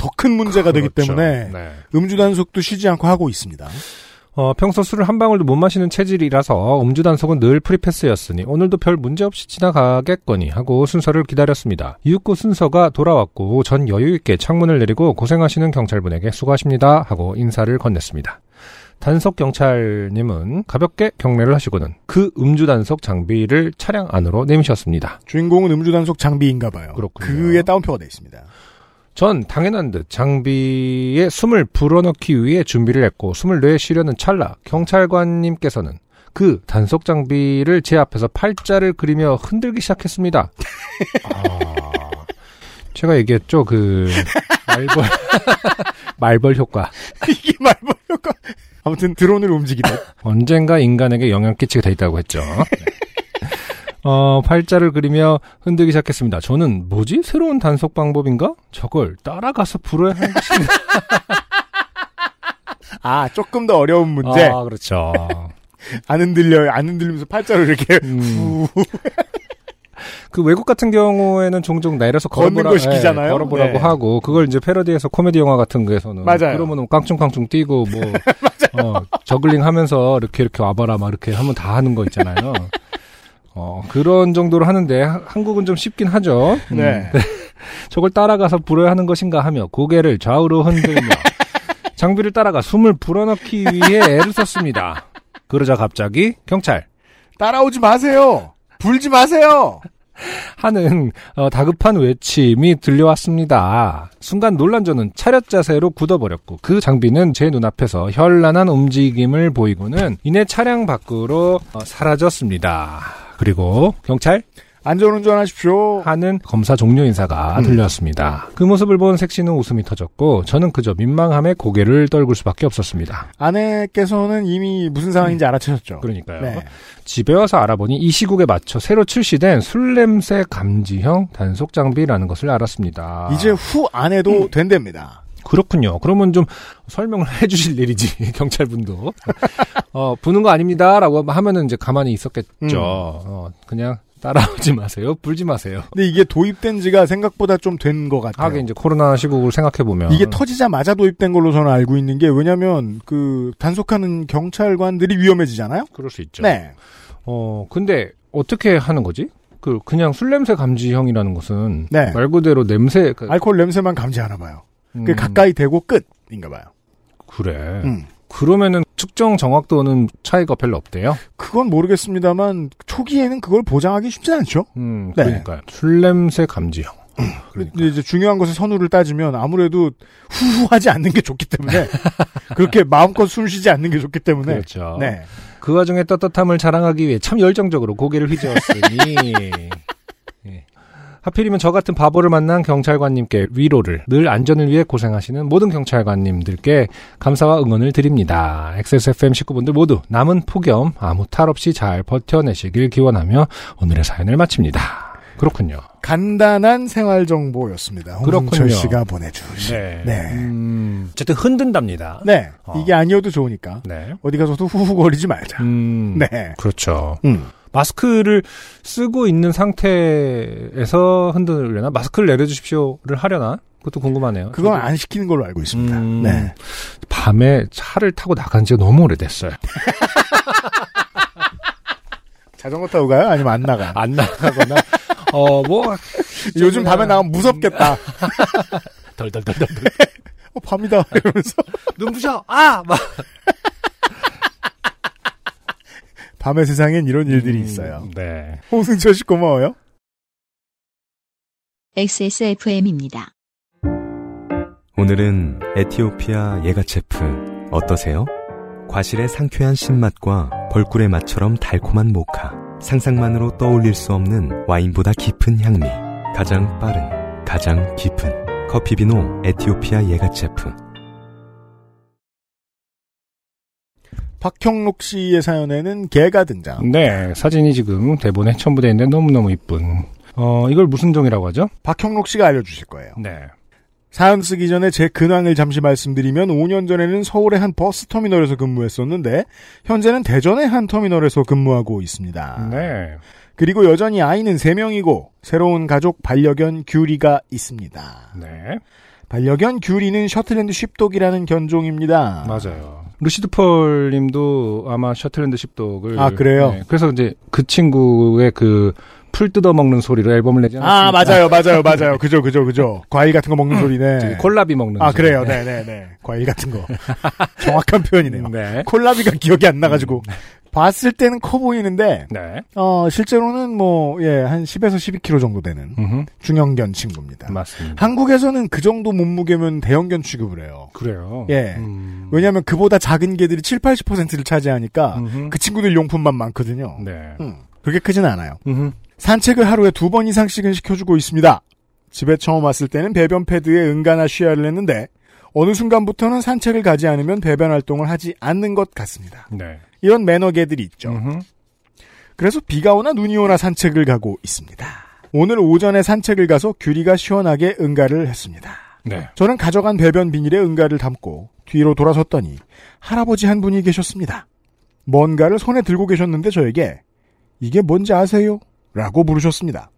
Speaker 1: 더 큰 문제가 되기
Speaker 2: 그렇죠.
Speaker 1: 때문에
Speaker 2: 네.
Speaker 1: 음주 단속도 쉬지 않고 하고 있습니다.
Speaker 2: 어, 평소 술을 한 방울도 못 마시는 체질이라서 음주 단속은 늘 프리패스였으니 오늘도 별 문제 없이 지나가겠거니 하고 순서를 기다렸습니다. 이윽고 순서가 돌아왔고 전 여유 있게 창문을 내리고 고생하시는 경찰분에게 수고하십니다 하고 인사를 건넸습니다. 단속 경찰님은 가볍게 경례를 하시고는 그 음주 단속 장비를 차량 안으로 내미셨습니다.
Speaker 1: 주인공은 음주 단속 장비인가 봐요.
Speaker 2: 그렇군요.
Speaker 1: 그에 따옴표가 돼 있습니다.
Speaker 2: 전 당연한 듯 장비에 숨을 불어넣기 위해 준비를 했고 숨을 내쉬려는 찰나 경찰관님께서는 그 단속 장비를 제 앞에서 팔자를 그리며 흔들기 시작했습니다. 아, 제가 얘기했죠 그 말벌 말벌 효과
Speaker 1: 이게 말벌 효과. 아무튼 드론을 움직이다.
Speaker 2: 언젠가 인간에게 영향 끼치게 돼 있다고 했죠. 네. 어, 팔자를 그리며 흔들기 시작했습니다. 저는 뭐지? 새로운 단속 방법인가? 저걸 따라가서 불어야 할
Speaker 1: 아 조금 더 어려운 문제.
Speaker 2: 아, 그렇죠.
Speaker 1: 안 흔들려요. 안 흔들리면서 팔자로 이렇게
Speaker 2: 음. 그 외국 같은 경우에는 종종 내려서
Speaker 1: 걷는
Speaker 2: 걸어보라,
Speaker 1: 거 시키잖아요.
Speaker 2: 예, 걸어보라고
Speaker 1: 네.
Speaker 2: 하고 그걸 이제 패러디해서 코미디 영화 같은 거에서는
Speaker 1: 맞아요.
Speaker 2: 그러면 깡충깡충 뛰고 뭐 어, 저글링 하면서 이렇게 이렇게 와봐라 막 이렇게 하면 다 하는 거 있잖아요. 어 그런 정도로 하는데 하- 한국은 좀 쉽긴 하죠. 음.
Speaker 1: 네.
Speaker 2: 저걸 따라가서 불어야 하는 것인가 하며 고개를 좌우로 흔들며 장비를 따라가 숨을 불어넣기 위해 애를 썼습니다. 그러자 갑자기 경찰
Speaker 1: 따라오지 마세요. 불지 마세요.
Speaker 2: 하는 어, 다급한 외침이 들려왔습니다. 순간 놀란 저는 차렷 자세로 굳어버렸고 그 장비는 제 눈앞에서 현란한 움직임을 보이고는 이내 차량 밖으로 어, 사라졌습니다. 그리고 경찰
Speaker 1: 안전운전 하십시오.
Speaker 2: 하는 검사 종료
Speaker 1: 음.
Speaker 2: 인사가 들렸습니다. 그 모습을 본 색시는 웃음이 터졌고 저는 그저 민망함에 고개를 떨굴 수밖에 없었습니다.
Speaker 1: 아내께서는 이미 무슨 상황인지 알아채셨죠.
Speaker 2: 그러니까요.
Speaker 1: 네.
Speaker 2: 집에 와서 알아보니 이 시국에 맞춰 새로 출시된 술 냄새 감지형 단속 장비라는 것을 알았습니다.
Speaker 1: 이제 후 안 해도
Speaker 2: 음.
Speaker 1: 된답니다.
Speaker 2: 그렇군요. 그러면 좀 설명을 해주실 일이지 경찰분도 어 부는 거 아닙니다라고 하면은 이제 가만히 있었겠죠.
Speaker 1: 음.
Speaker 2: 어, 그냥 따라오지 마세요, 불지 마세요.
Speaker 1: 근데 이게 도입된 지가 생각보다 좀 된 것 같아요.
Speaker 2: 하긴 음. 이제 코로나 시국을 생각해 보면
Speaker 1: 네. 이게 터지자마자 도입된 걸로 저는 알고 있는 게 왜냐면 그 단속하는 경찰관들이 위험해지잖아요.
Speaker 2: 그럴 수 있죠.
Speaker 1: 네.
Speaker 2: 어 근데 어떻게 하는 거지? 그 그냥 술 냄새 감지형이라는 것은
Speaker 1: 네. 아,
Speaker 2: 말 그대로 냄새 그,
Speaker 1: 알코올 냄새만 감지하나 봐요.
Speaker 2: 음, 네.
Speaker 1: 그 가까이 대고 끝인가 봐요.
Speaker 2: 그래.
Speaker 1: 음.
Speaker 2: 그러면은 측정 정확도는 차이가 별로 없대요.
Speaker 1: 그건 모르겠습니다만 초기에는 그걸 보장하기 쉽지 않죠.
Speaker 2: 음,
Speaker 1: 네.
Speaker 2: 그러니까 술 냄새 감지형. 그러니까.
Speaker 1: 근데 이제 중요한 것의 선우를 따지면 아무래도 후후하지 않는 게 좋기 때문에 그렇게 마음껏 숨 쉬지 않는 게 좋기 때문에
Speaker 2: 그렇죠.
Speaker 1: 네.
Speaker 2: 그 와중에 떳떳함을 자랑하기 위해 참 열정적으로 고개를 휘저었으니 예. 하필이면 저 같은 바보를 만난 경찰관님께 위로를 늘 안전을 위해 고생하시는 모든 경찰관님들께 감사와 응원을 드립니다. XSFM 식구분들 모두 남은 폭염 아무 탈 없이 잘 버텨내시길 기원하며 오늘의 사연을 마칩니다. 그렇군요.
Speaker 1: 간단한 생활 정보였습니다. 홍철
Speaker 2: 그렇군요.
Speaker 1: 씨가 보내주신. 네. 네.
Speaker 2: 음, 어쨌든 흔든답니다. 어.
Speaker 1: 이게 아니어도 좋으니까
Speaker 2: 네.
Speaker 1: 어디 가서도 후후거리지 말자.
Speaker 2: 음,
Speaker 1: 네.
Speaker 2: 그렇죠.
Speaker 1: 음.
Speaker 2: 마스크를 쓰고 있는 상태에서 흔들려나? 마스크를 내려주십시오를 하려나? 그것도 궁금하네요.
Speaker 1: 그건
Speaker 2: 저도-
Speaker 1: 안 시키는 걸로 알고 있습니다.
Speaker 2: 음.
Speaker 1: 네.
Speaker 2: 밤에 차를 타고 나간 지가 너무 오래됐어요.
Speaker 1: 자전거 타고 가요? 아니면 안 나가?
Speaker 2: 안 나가거나, 어, 뭐, 음,
Speaker 1: 요즘 밤에 나가면 무섭겠다.
Speaker 2: 덜덜덜덜.
Speaker 1: 어, 밤이다. 이러면서
Speaker 2: 눈부셔! 아! 막.
Speaker 1: 밤의 세상엔 이런 일들이 있어요.
Speaker 2: 음, 네.
Speaker 1: 홍승철 씨 고마워요.
Speaker 3: XSFM입니다.
Speaker 4: 오늘은 에티오피아 예가체프 어떠세요? 과실의 상쾌한 신맛과 벌꿀의 맛처럼 달콤한 모카. 상상만으로 떠올릴 수 없는 와인보다 깊은 향미. 가장 빠른, 가장 깊은 커피비노 에티오피아 예가체프.
Speaker 1: 박형록 씨의 사연에는 개가 등장.
Speaker 2: 네. 사진이 지금 대본에 첨부되어 있는데 너무너무 이쁜. 어, 이걸 무슨 종이라고 하죠?
Speaker 1: 박형록 씨가 알려주실 거예요.
Speaker 2: 네.
Speaker 1: 사연 쓰기 전에 제 근황을 잠시 말씀드리면 5년 전에는 서울의 한 버스 터미널에서 근무했었는데 현재는 대전의 한 터미널에서 근무하고 있습니다.
Speaker 2: 네.
Speaker 1: 그리고 여전히 아이는 3명이고 새로운 가족 반려견 규리가 있습니다.
Speaker 2: 네.
Speaker 1: 반려견 규리는 셔틀랜드 쉽독이라는 견종입니다.
Speaker 2: 맞아요. 루시드 폴 님도 아마 셔틀랜드 십독을.
Speaker 1: 아, 그래요?
Speaker 2: 그래서 이제 그 친구의 그 풀 뜯어먹는 소리로 앨범을 내지 않았습니까?
Speaker 1: 아, 맞아요, 맞아요, 맞아요. 그죠, 그죠, 그죠. 과일 같은 거 먹는 소리네.
Speaker 2: 음. 콜라비 먹는
Speaker 1: 아,
Speaker 2: 소리.
Speaker 1: 그래요. 네네네. 과일 같은 거. 정확한 표현이네요. 음, 네.
Speaker 2: 네.
Speaker 1: 콜라비가 기억이 안 나가지고. 봤을 때는 커 보이는데,
Speaker 2: 네.
Speaker 1: 어, 실제로는 뭐, 예, 한 10에서 12kg 정도 되는
Speaker 2: 음흠.
Speaker 1: 중형견 친구입니다.
Speaker 2: 맞습니다.
Speaker 1: 한국에서는 그 정도 몸무게면 대형견 취급을 해요.
Speaker 2: 그래요.
Speaker 1: 예.
Speaker 2: 음.
Speaker 1: 왜냐면 하 그보다 작은 개들이 7, 80%를 차지하니까
Speaker 2: 음흠.
Speaker 1: 그 친구들 용품만 많거든요.
Speaker 2: 네.
Speaker 1: 음, 그렇게 크진 않아요.
Speaker 2: 음흠.
Speaker 1: 산책을 하루에 두 번 이상씩은 시켜주고 있습니다. 집에 처음 왔을 때는 배변 패드에 응가나 쉬야를 했는데 어느 순간부터는 산책을 가지 않으면 배변 활동을 하지 않는 것 같습니다.
Speaker 2: 네.
Speaker 1: 이런 매너 개들이 있죠.
Speaker 2: 음흠.
Speaker 1: 그래서 비가 오나 눈이 오나 산책을 가고 있습니다. 오늘 오전에 산책을 가서 규리가 시원하게 응가를 했습니다.
Speaker 2: 네.
Speaker 1: 저는 가져간 배변 비닐에 응가를 담고 뒤로 돌아섰더니 할아버지 한 분이 계셨습니다. 뭔가를 손에 들고 계셨는데 저에게 이게 뭔지 아세요? 라고 물으셨습니다.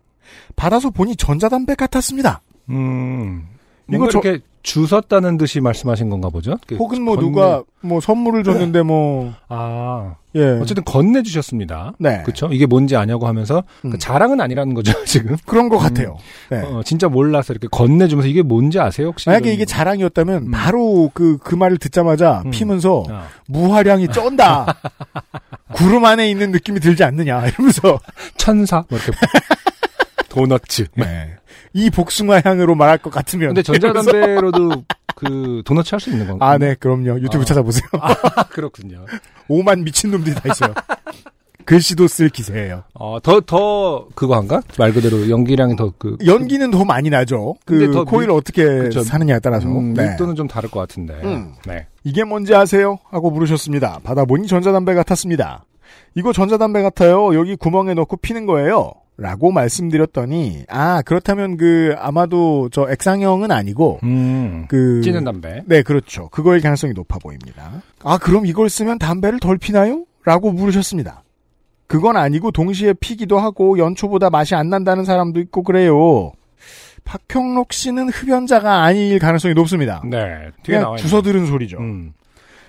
Speaker 1: 받아서 보니 전자담배 같았습니다.
Speaker 2: 음.
Speaker 1: 이거
Speaker 2: 이거
Speaker 1: 저-
Speaker 2: 이렇게 주섰다는 듯이 말씀하신 건가 보죠? 그 이렇게
Speaker 1: 혹은 뭐
Speaker 2: 건네-
Speaker 1: 누가 뭐 선물을 줬는데 뭐
Speaker 2: 아
Speaker 1: 예.
Speaker 2: 어쨌든 건네 주셨습니다.
Speaker 1: 네.
Speaker 2: 그쵸 이게 뭔지 아냐고 하면서
Speaker 1: 음.
Speaker 2: 그 자랑은 아니라는 거죠 지금.
Speaker 1: 그런 것 같아요. 네.
Speaker 2: 음. 어, 진짜 몰라서 이렇게 건네주면서 이게 뭔지 아세요 혹시?
Speaker 1: 만약에
Speaker 2: 이런-
Speaker 1: 이게 자랑이었다면
Speaker 2: 음.
Speaker 1: 바로 그 그 말을 듣자마자
Speaker 2: 음.
Speaker 1: 피면서
Speaker 2: 아,
Speaker 1: 무화량이 쩐다. 구름 안에 있는 느낌이 들지 않느냐 이러면서
Speaker 2: 천사 뭐 이렇게 도너츠.
Speaker 1: 네. 이 복숭아 향으로 말할 것 같으면
Speaker 2: 네. 근데 전자담배로도 그 도너츠 할 수 있는 건가요?
Speaker 1: 아, 네, 그럼요. 유튜브
Speaker 2: 아.
Speaker 1: 찾아보세요.
Speaker 2: 아, 그렇군요.
Speaker 1: 오만 미친놈들이 다 있어요. 글씨도 쓸 기세예요.
Speaker 2: 어, 더, 더, 그거 한가? 말 그대로 연기량이 더 그.
Speaker 1: 연기는 더 많이 나죠. 그
Speaker 2: 근데 더
Speaker 1: 코일 을 어떻게
Speaker 2: 그쵸.
Speaker 1: 사느냐에 따라서.
Speaker 2: 음,
Speaker 1: 네.
Speaker 2: 밀도는 좀 다를 것 같은데.
Speaker 1: 음.
Speaker 2: 네.
Speaker 1: 이게 뭔지 아세요? 하고 물으셨습니다. 받아보니 전자담배 같았습니다. 이거 전자담배 같아요. 여기 구멍에 넣고 피는 거예요. 라고 말씀드렸더니 아 그렇다면 그 아마도 저 액상형은 아니고
Speaker 2: 음.
Speaker 1: 그
Speaker 2: 찌는 담배.
Speaker 1: 네, 그렇죠. 그거일 가능성이 높아 보입니다. 아, 그럼 이걸 쓰면 담배를 덜 피나요? 라고 물으셨습니다. 그건 아니고 동시에 피기도 하고 연초보다 맛이 안 난다는 사람도 있고 그래요. 박형록 씨는 흡연자가 아닐 가능성이 높습니다.
Speaker 2: 네. 뒤에
Speaker 1: 그냥
Speaker 2: 나와 있는.
Speaker 1: 주워 들은 소리죠.
Speaker 2: 음.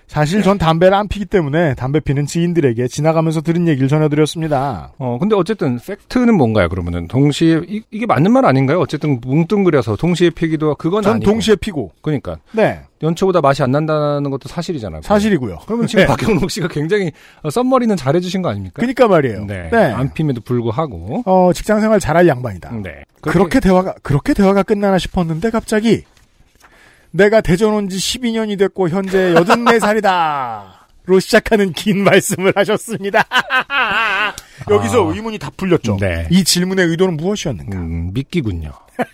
Speaker 1: 사실 전 담배를 안 피기 때문에 담배 피는 지인들에게 지나가면서 들은 얘기를 전해드렸습니다.
Speaker 2: 어, 근데 어쨌든 팩트는 뭔가요? 그러면은 동시에 이, 게 맞는 말 아닌가요? 어쨌든 뭉뚱그려서 동시에 피기도 그건
Speaker 1: 전
Speaker 2: 아니고.
Speaker 1: 동시에 피고,
Speaker 2: 그러니까
Speaker 1: 네,
Speaker 2: 연초보다 맛이 안 난다는 것도 사실이잖아요.
Speaker 1: 사실이고요.
Speaker 2: 그러면 지금
Speaker 1: 네.
Speaker 2: 박경록 씨가 굉장히 어, 썸머리는 잘해주신 거 아닙니까?
Speaker 1: 그니까 말이에요.
Speaker 2: 네.
Speaker 1: 네.
Speaker 2: 안 피면도 불구하고.
Speaker 1: 어, 직장 생활 잘할 양반이다.
Speaker 2: 네.
Speaker 1: 아, 그렇게, 대화가 그렇게 대화가 끝나나 싶었는데 갑자기 내가 대전 온 지 12년이 됐고 현재 84살이다. 로 시작하는 긴 말씀을 하셨습니다. 여기서 의문이 다 풀렸죠.
Speaker 2: 네.
Speaker 1: 이 질문의 의도는 무엇이었는가?
Speaker 2: 음, 미끼군요. 하,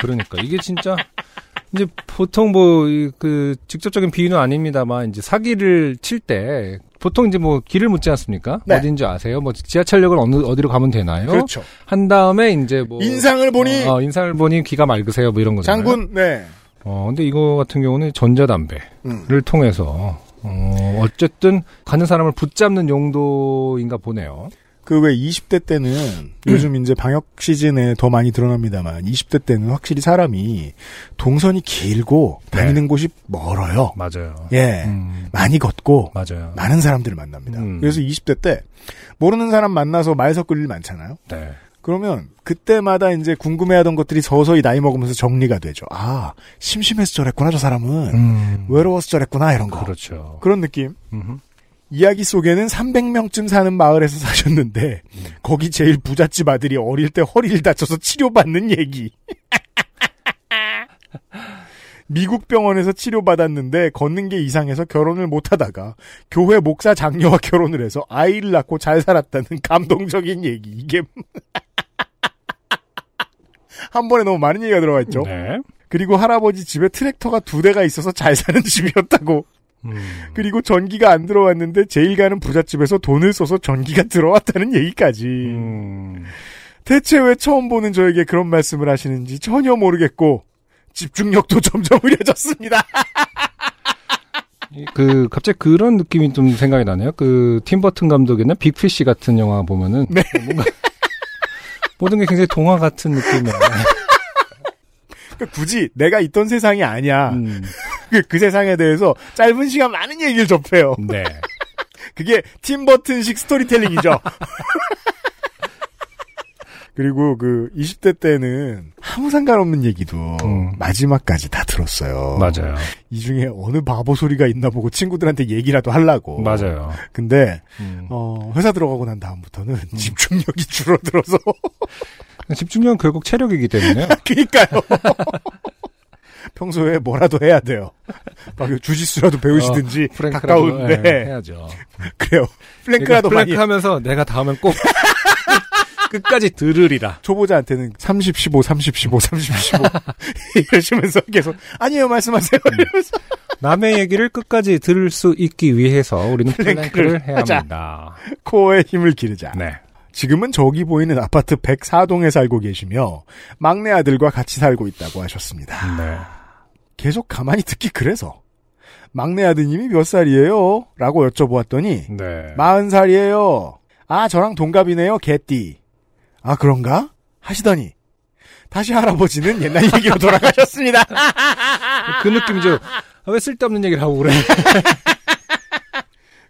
Speaker 2: 그러니까 이게 진짜 이제 보통 뭐 그 직접적인 비유는 아닙니다만 이제 사기를 칠 때 보통 이제 뭐 길을 묻지 않습니까?
Speaker 1: 네.
Speaker 2: 어딘지 아세요? 뭐 지하철역은 어느 어디로 가면 되나요?
Speaker 1: 그렇죠. 아,
Speaker 2: 한 다음에 이제 뭐
Speaker 1: 인상을 보니
Speaker 2: 어, 어, 인상을 보니 귀가 맑으세요 뭐 이런 거잖아요.
Speaker 1: 장군, 네.
Speaker 2: 어 근데 이거 같은 경우는 전자담배를
Speaker 1: 음.
Speaker 2: 통해서 어 어쨌든 가는 사람을 붙잡는 용도인가 보네요.
Speaker 1: 그 왜 20대 때는 요즘 이제 방역 시즌에 더 많이 드러납니다만 20대 때는 확실히 사람이 동선이 길고 다니는 곳이 멀어요.
Speaker 2: 맞아요.
Speaker 1: 예.
Speaker 2: 음,
Speaker 1: 많이 걷고
Speaker 2: 맞아요.
Speaker 1: 많은 사람들을 만납니다.
Speaker 2: 음.
Speaker 1: 그래서 20대 때 모르는 사람 만나서 말 섞을 일 많잖아요.
Speaker 2: 네.
Speaker 1: 그러면 그때마다 이제 궁금해하던 것들이 서서히 나이 먹으면서 정리가 되죠. 아 심심해서 저랬구나 저 사람은
Speaker 2: 음,
Speaker 1: 외로워서 저랬구나 이런 거
Speaker 2: 그렇죠.
Speaker 1: 그런 느낌.
Speaker 2: 음흠.
Speaker 1: 이야기 속에는 300명쯤 사는 마을에서 사셨는데 거기 제일 부잣집 아들이 어릴 때 허리를 다쳐서 치료받는 얘기. 미국 병원에서 치료받았는데 걷는 게 이상해서 결혼을 못하다가 교회 목사 장녀와 결혼을 해서 아이를 낳고 잘 살았다는 감동적인 얘기. 이게 한 번에 너무 많은 얘기가 들어가 있죠.
Speaker 2: 네.
Speaker 1: 그리고 할아버지 집에 트랙터가 두 대가 있어서 잘 사는 집이었다고.
Speaker 2: 음,
Speaker 1: 그리고 전기가 안 들어왔는데 제일 가는 부잣집에서 돈을 써서 전기가 들어왔다는 얘기까지.
Speaker 2: 음,
Speaker 1: 대체 왜 처음 보는 저에게 그런 말씀을 하시는지 전혀 모르겠고 집중력도 점점 흐려졌습니다.
Speaker 2: 이- 그 갑자기 그런 느낌이 좀 생각이 나네요. 그 팀버튼 감독이나 빅피쉬 같은 영화 보면은 뭔가 모든 게 굉장히 동화 같은 느낌이에요.
Speaker 1: 그러니까 굳이 내가 있던 세상이 아니야.
Speaker 2: 음,
Speaker 1: 그, 그 세상에 대해서 짧은 시간 많은 얘기를 접해요.
Speaker 2: 네.
Speaker 1: 그게 팀버튼식 스토리텔링이죠. 그리고 그 20대 때는 아무 상관없는 얘기도
Speaker 2: 음.
Speaker 1: 마지막까지 다 들었어요.
Speaker 2: 맞아요.
Speaker 1: 이 중에 어느 바보 소리가 있나 보고 친구들한테 얘기라도 하려고.
Speaker 2: 맞아요.
Speaker 1: 근데
Speaker 2: 음.
Speaker 1: 어, 회사 들어가고 난 다음부터는 집중력이 줄어들어서
Speaker 2: 집중력은 결국 체력이기 때문에
Speaker 1: 그니까요. 평소에 뭐라도 해야 돼요. 막 주짓수라도 배우시든지
Speaker 2: 어, 프랭크라도
Speaker 1: 가까운데 네,
Speaker 2: 예, 해야죠.
Speaker 1: 그래요. 플랭크라도
Speaker 2: 그러니까
Speaker 1: 많이.
Speaker 2: 플랭크 하면서 내가 다음엔 꼭 끝까지 들으리라.
Speaker 1: 초보자한테는 30, 15, 30, 15, 30, 15 이러시면서 계속 아니에요 말씀하세요
Speaker 2: 음.
Speaker 1: 이러면서
Speaker 2: 남의 얘기를 끝까지 들을 수 있기 위해서 우리는
Speaker 1: 플랭크를
Speaker 2: 플랭크를 해야
Speaker 1: 하자.
Speaker 2: 합니다.
Speaker 1: 코어에 힘을 기르자.
Speaker 2: 네.
Speaker 1: 지금은 저기 보이는 아파트 104동에 살고 계시며 막내 아들과 같이 살고 있다고 하셨습니다.
Speaker 2: 네.
Speaker 1: 계속 가만히 듣기 그래서 막내 아드님이 몇 살이에요? 라고 여쭤보았더니
Speaker 2: 네.
Speaker 1: 마흔 살이에요. 아 저랑 동갑이네요 개띠. 아 그런가? 하시더니 다시 할아버지는 옛날 얘기로 돌아가셨습니다.
Speaker 2: 그 느낌이죠. 아, 왜 쓸데없는 얘기를 하고 그래?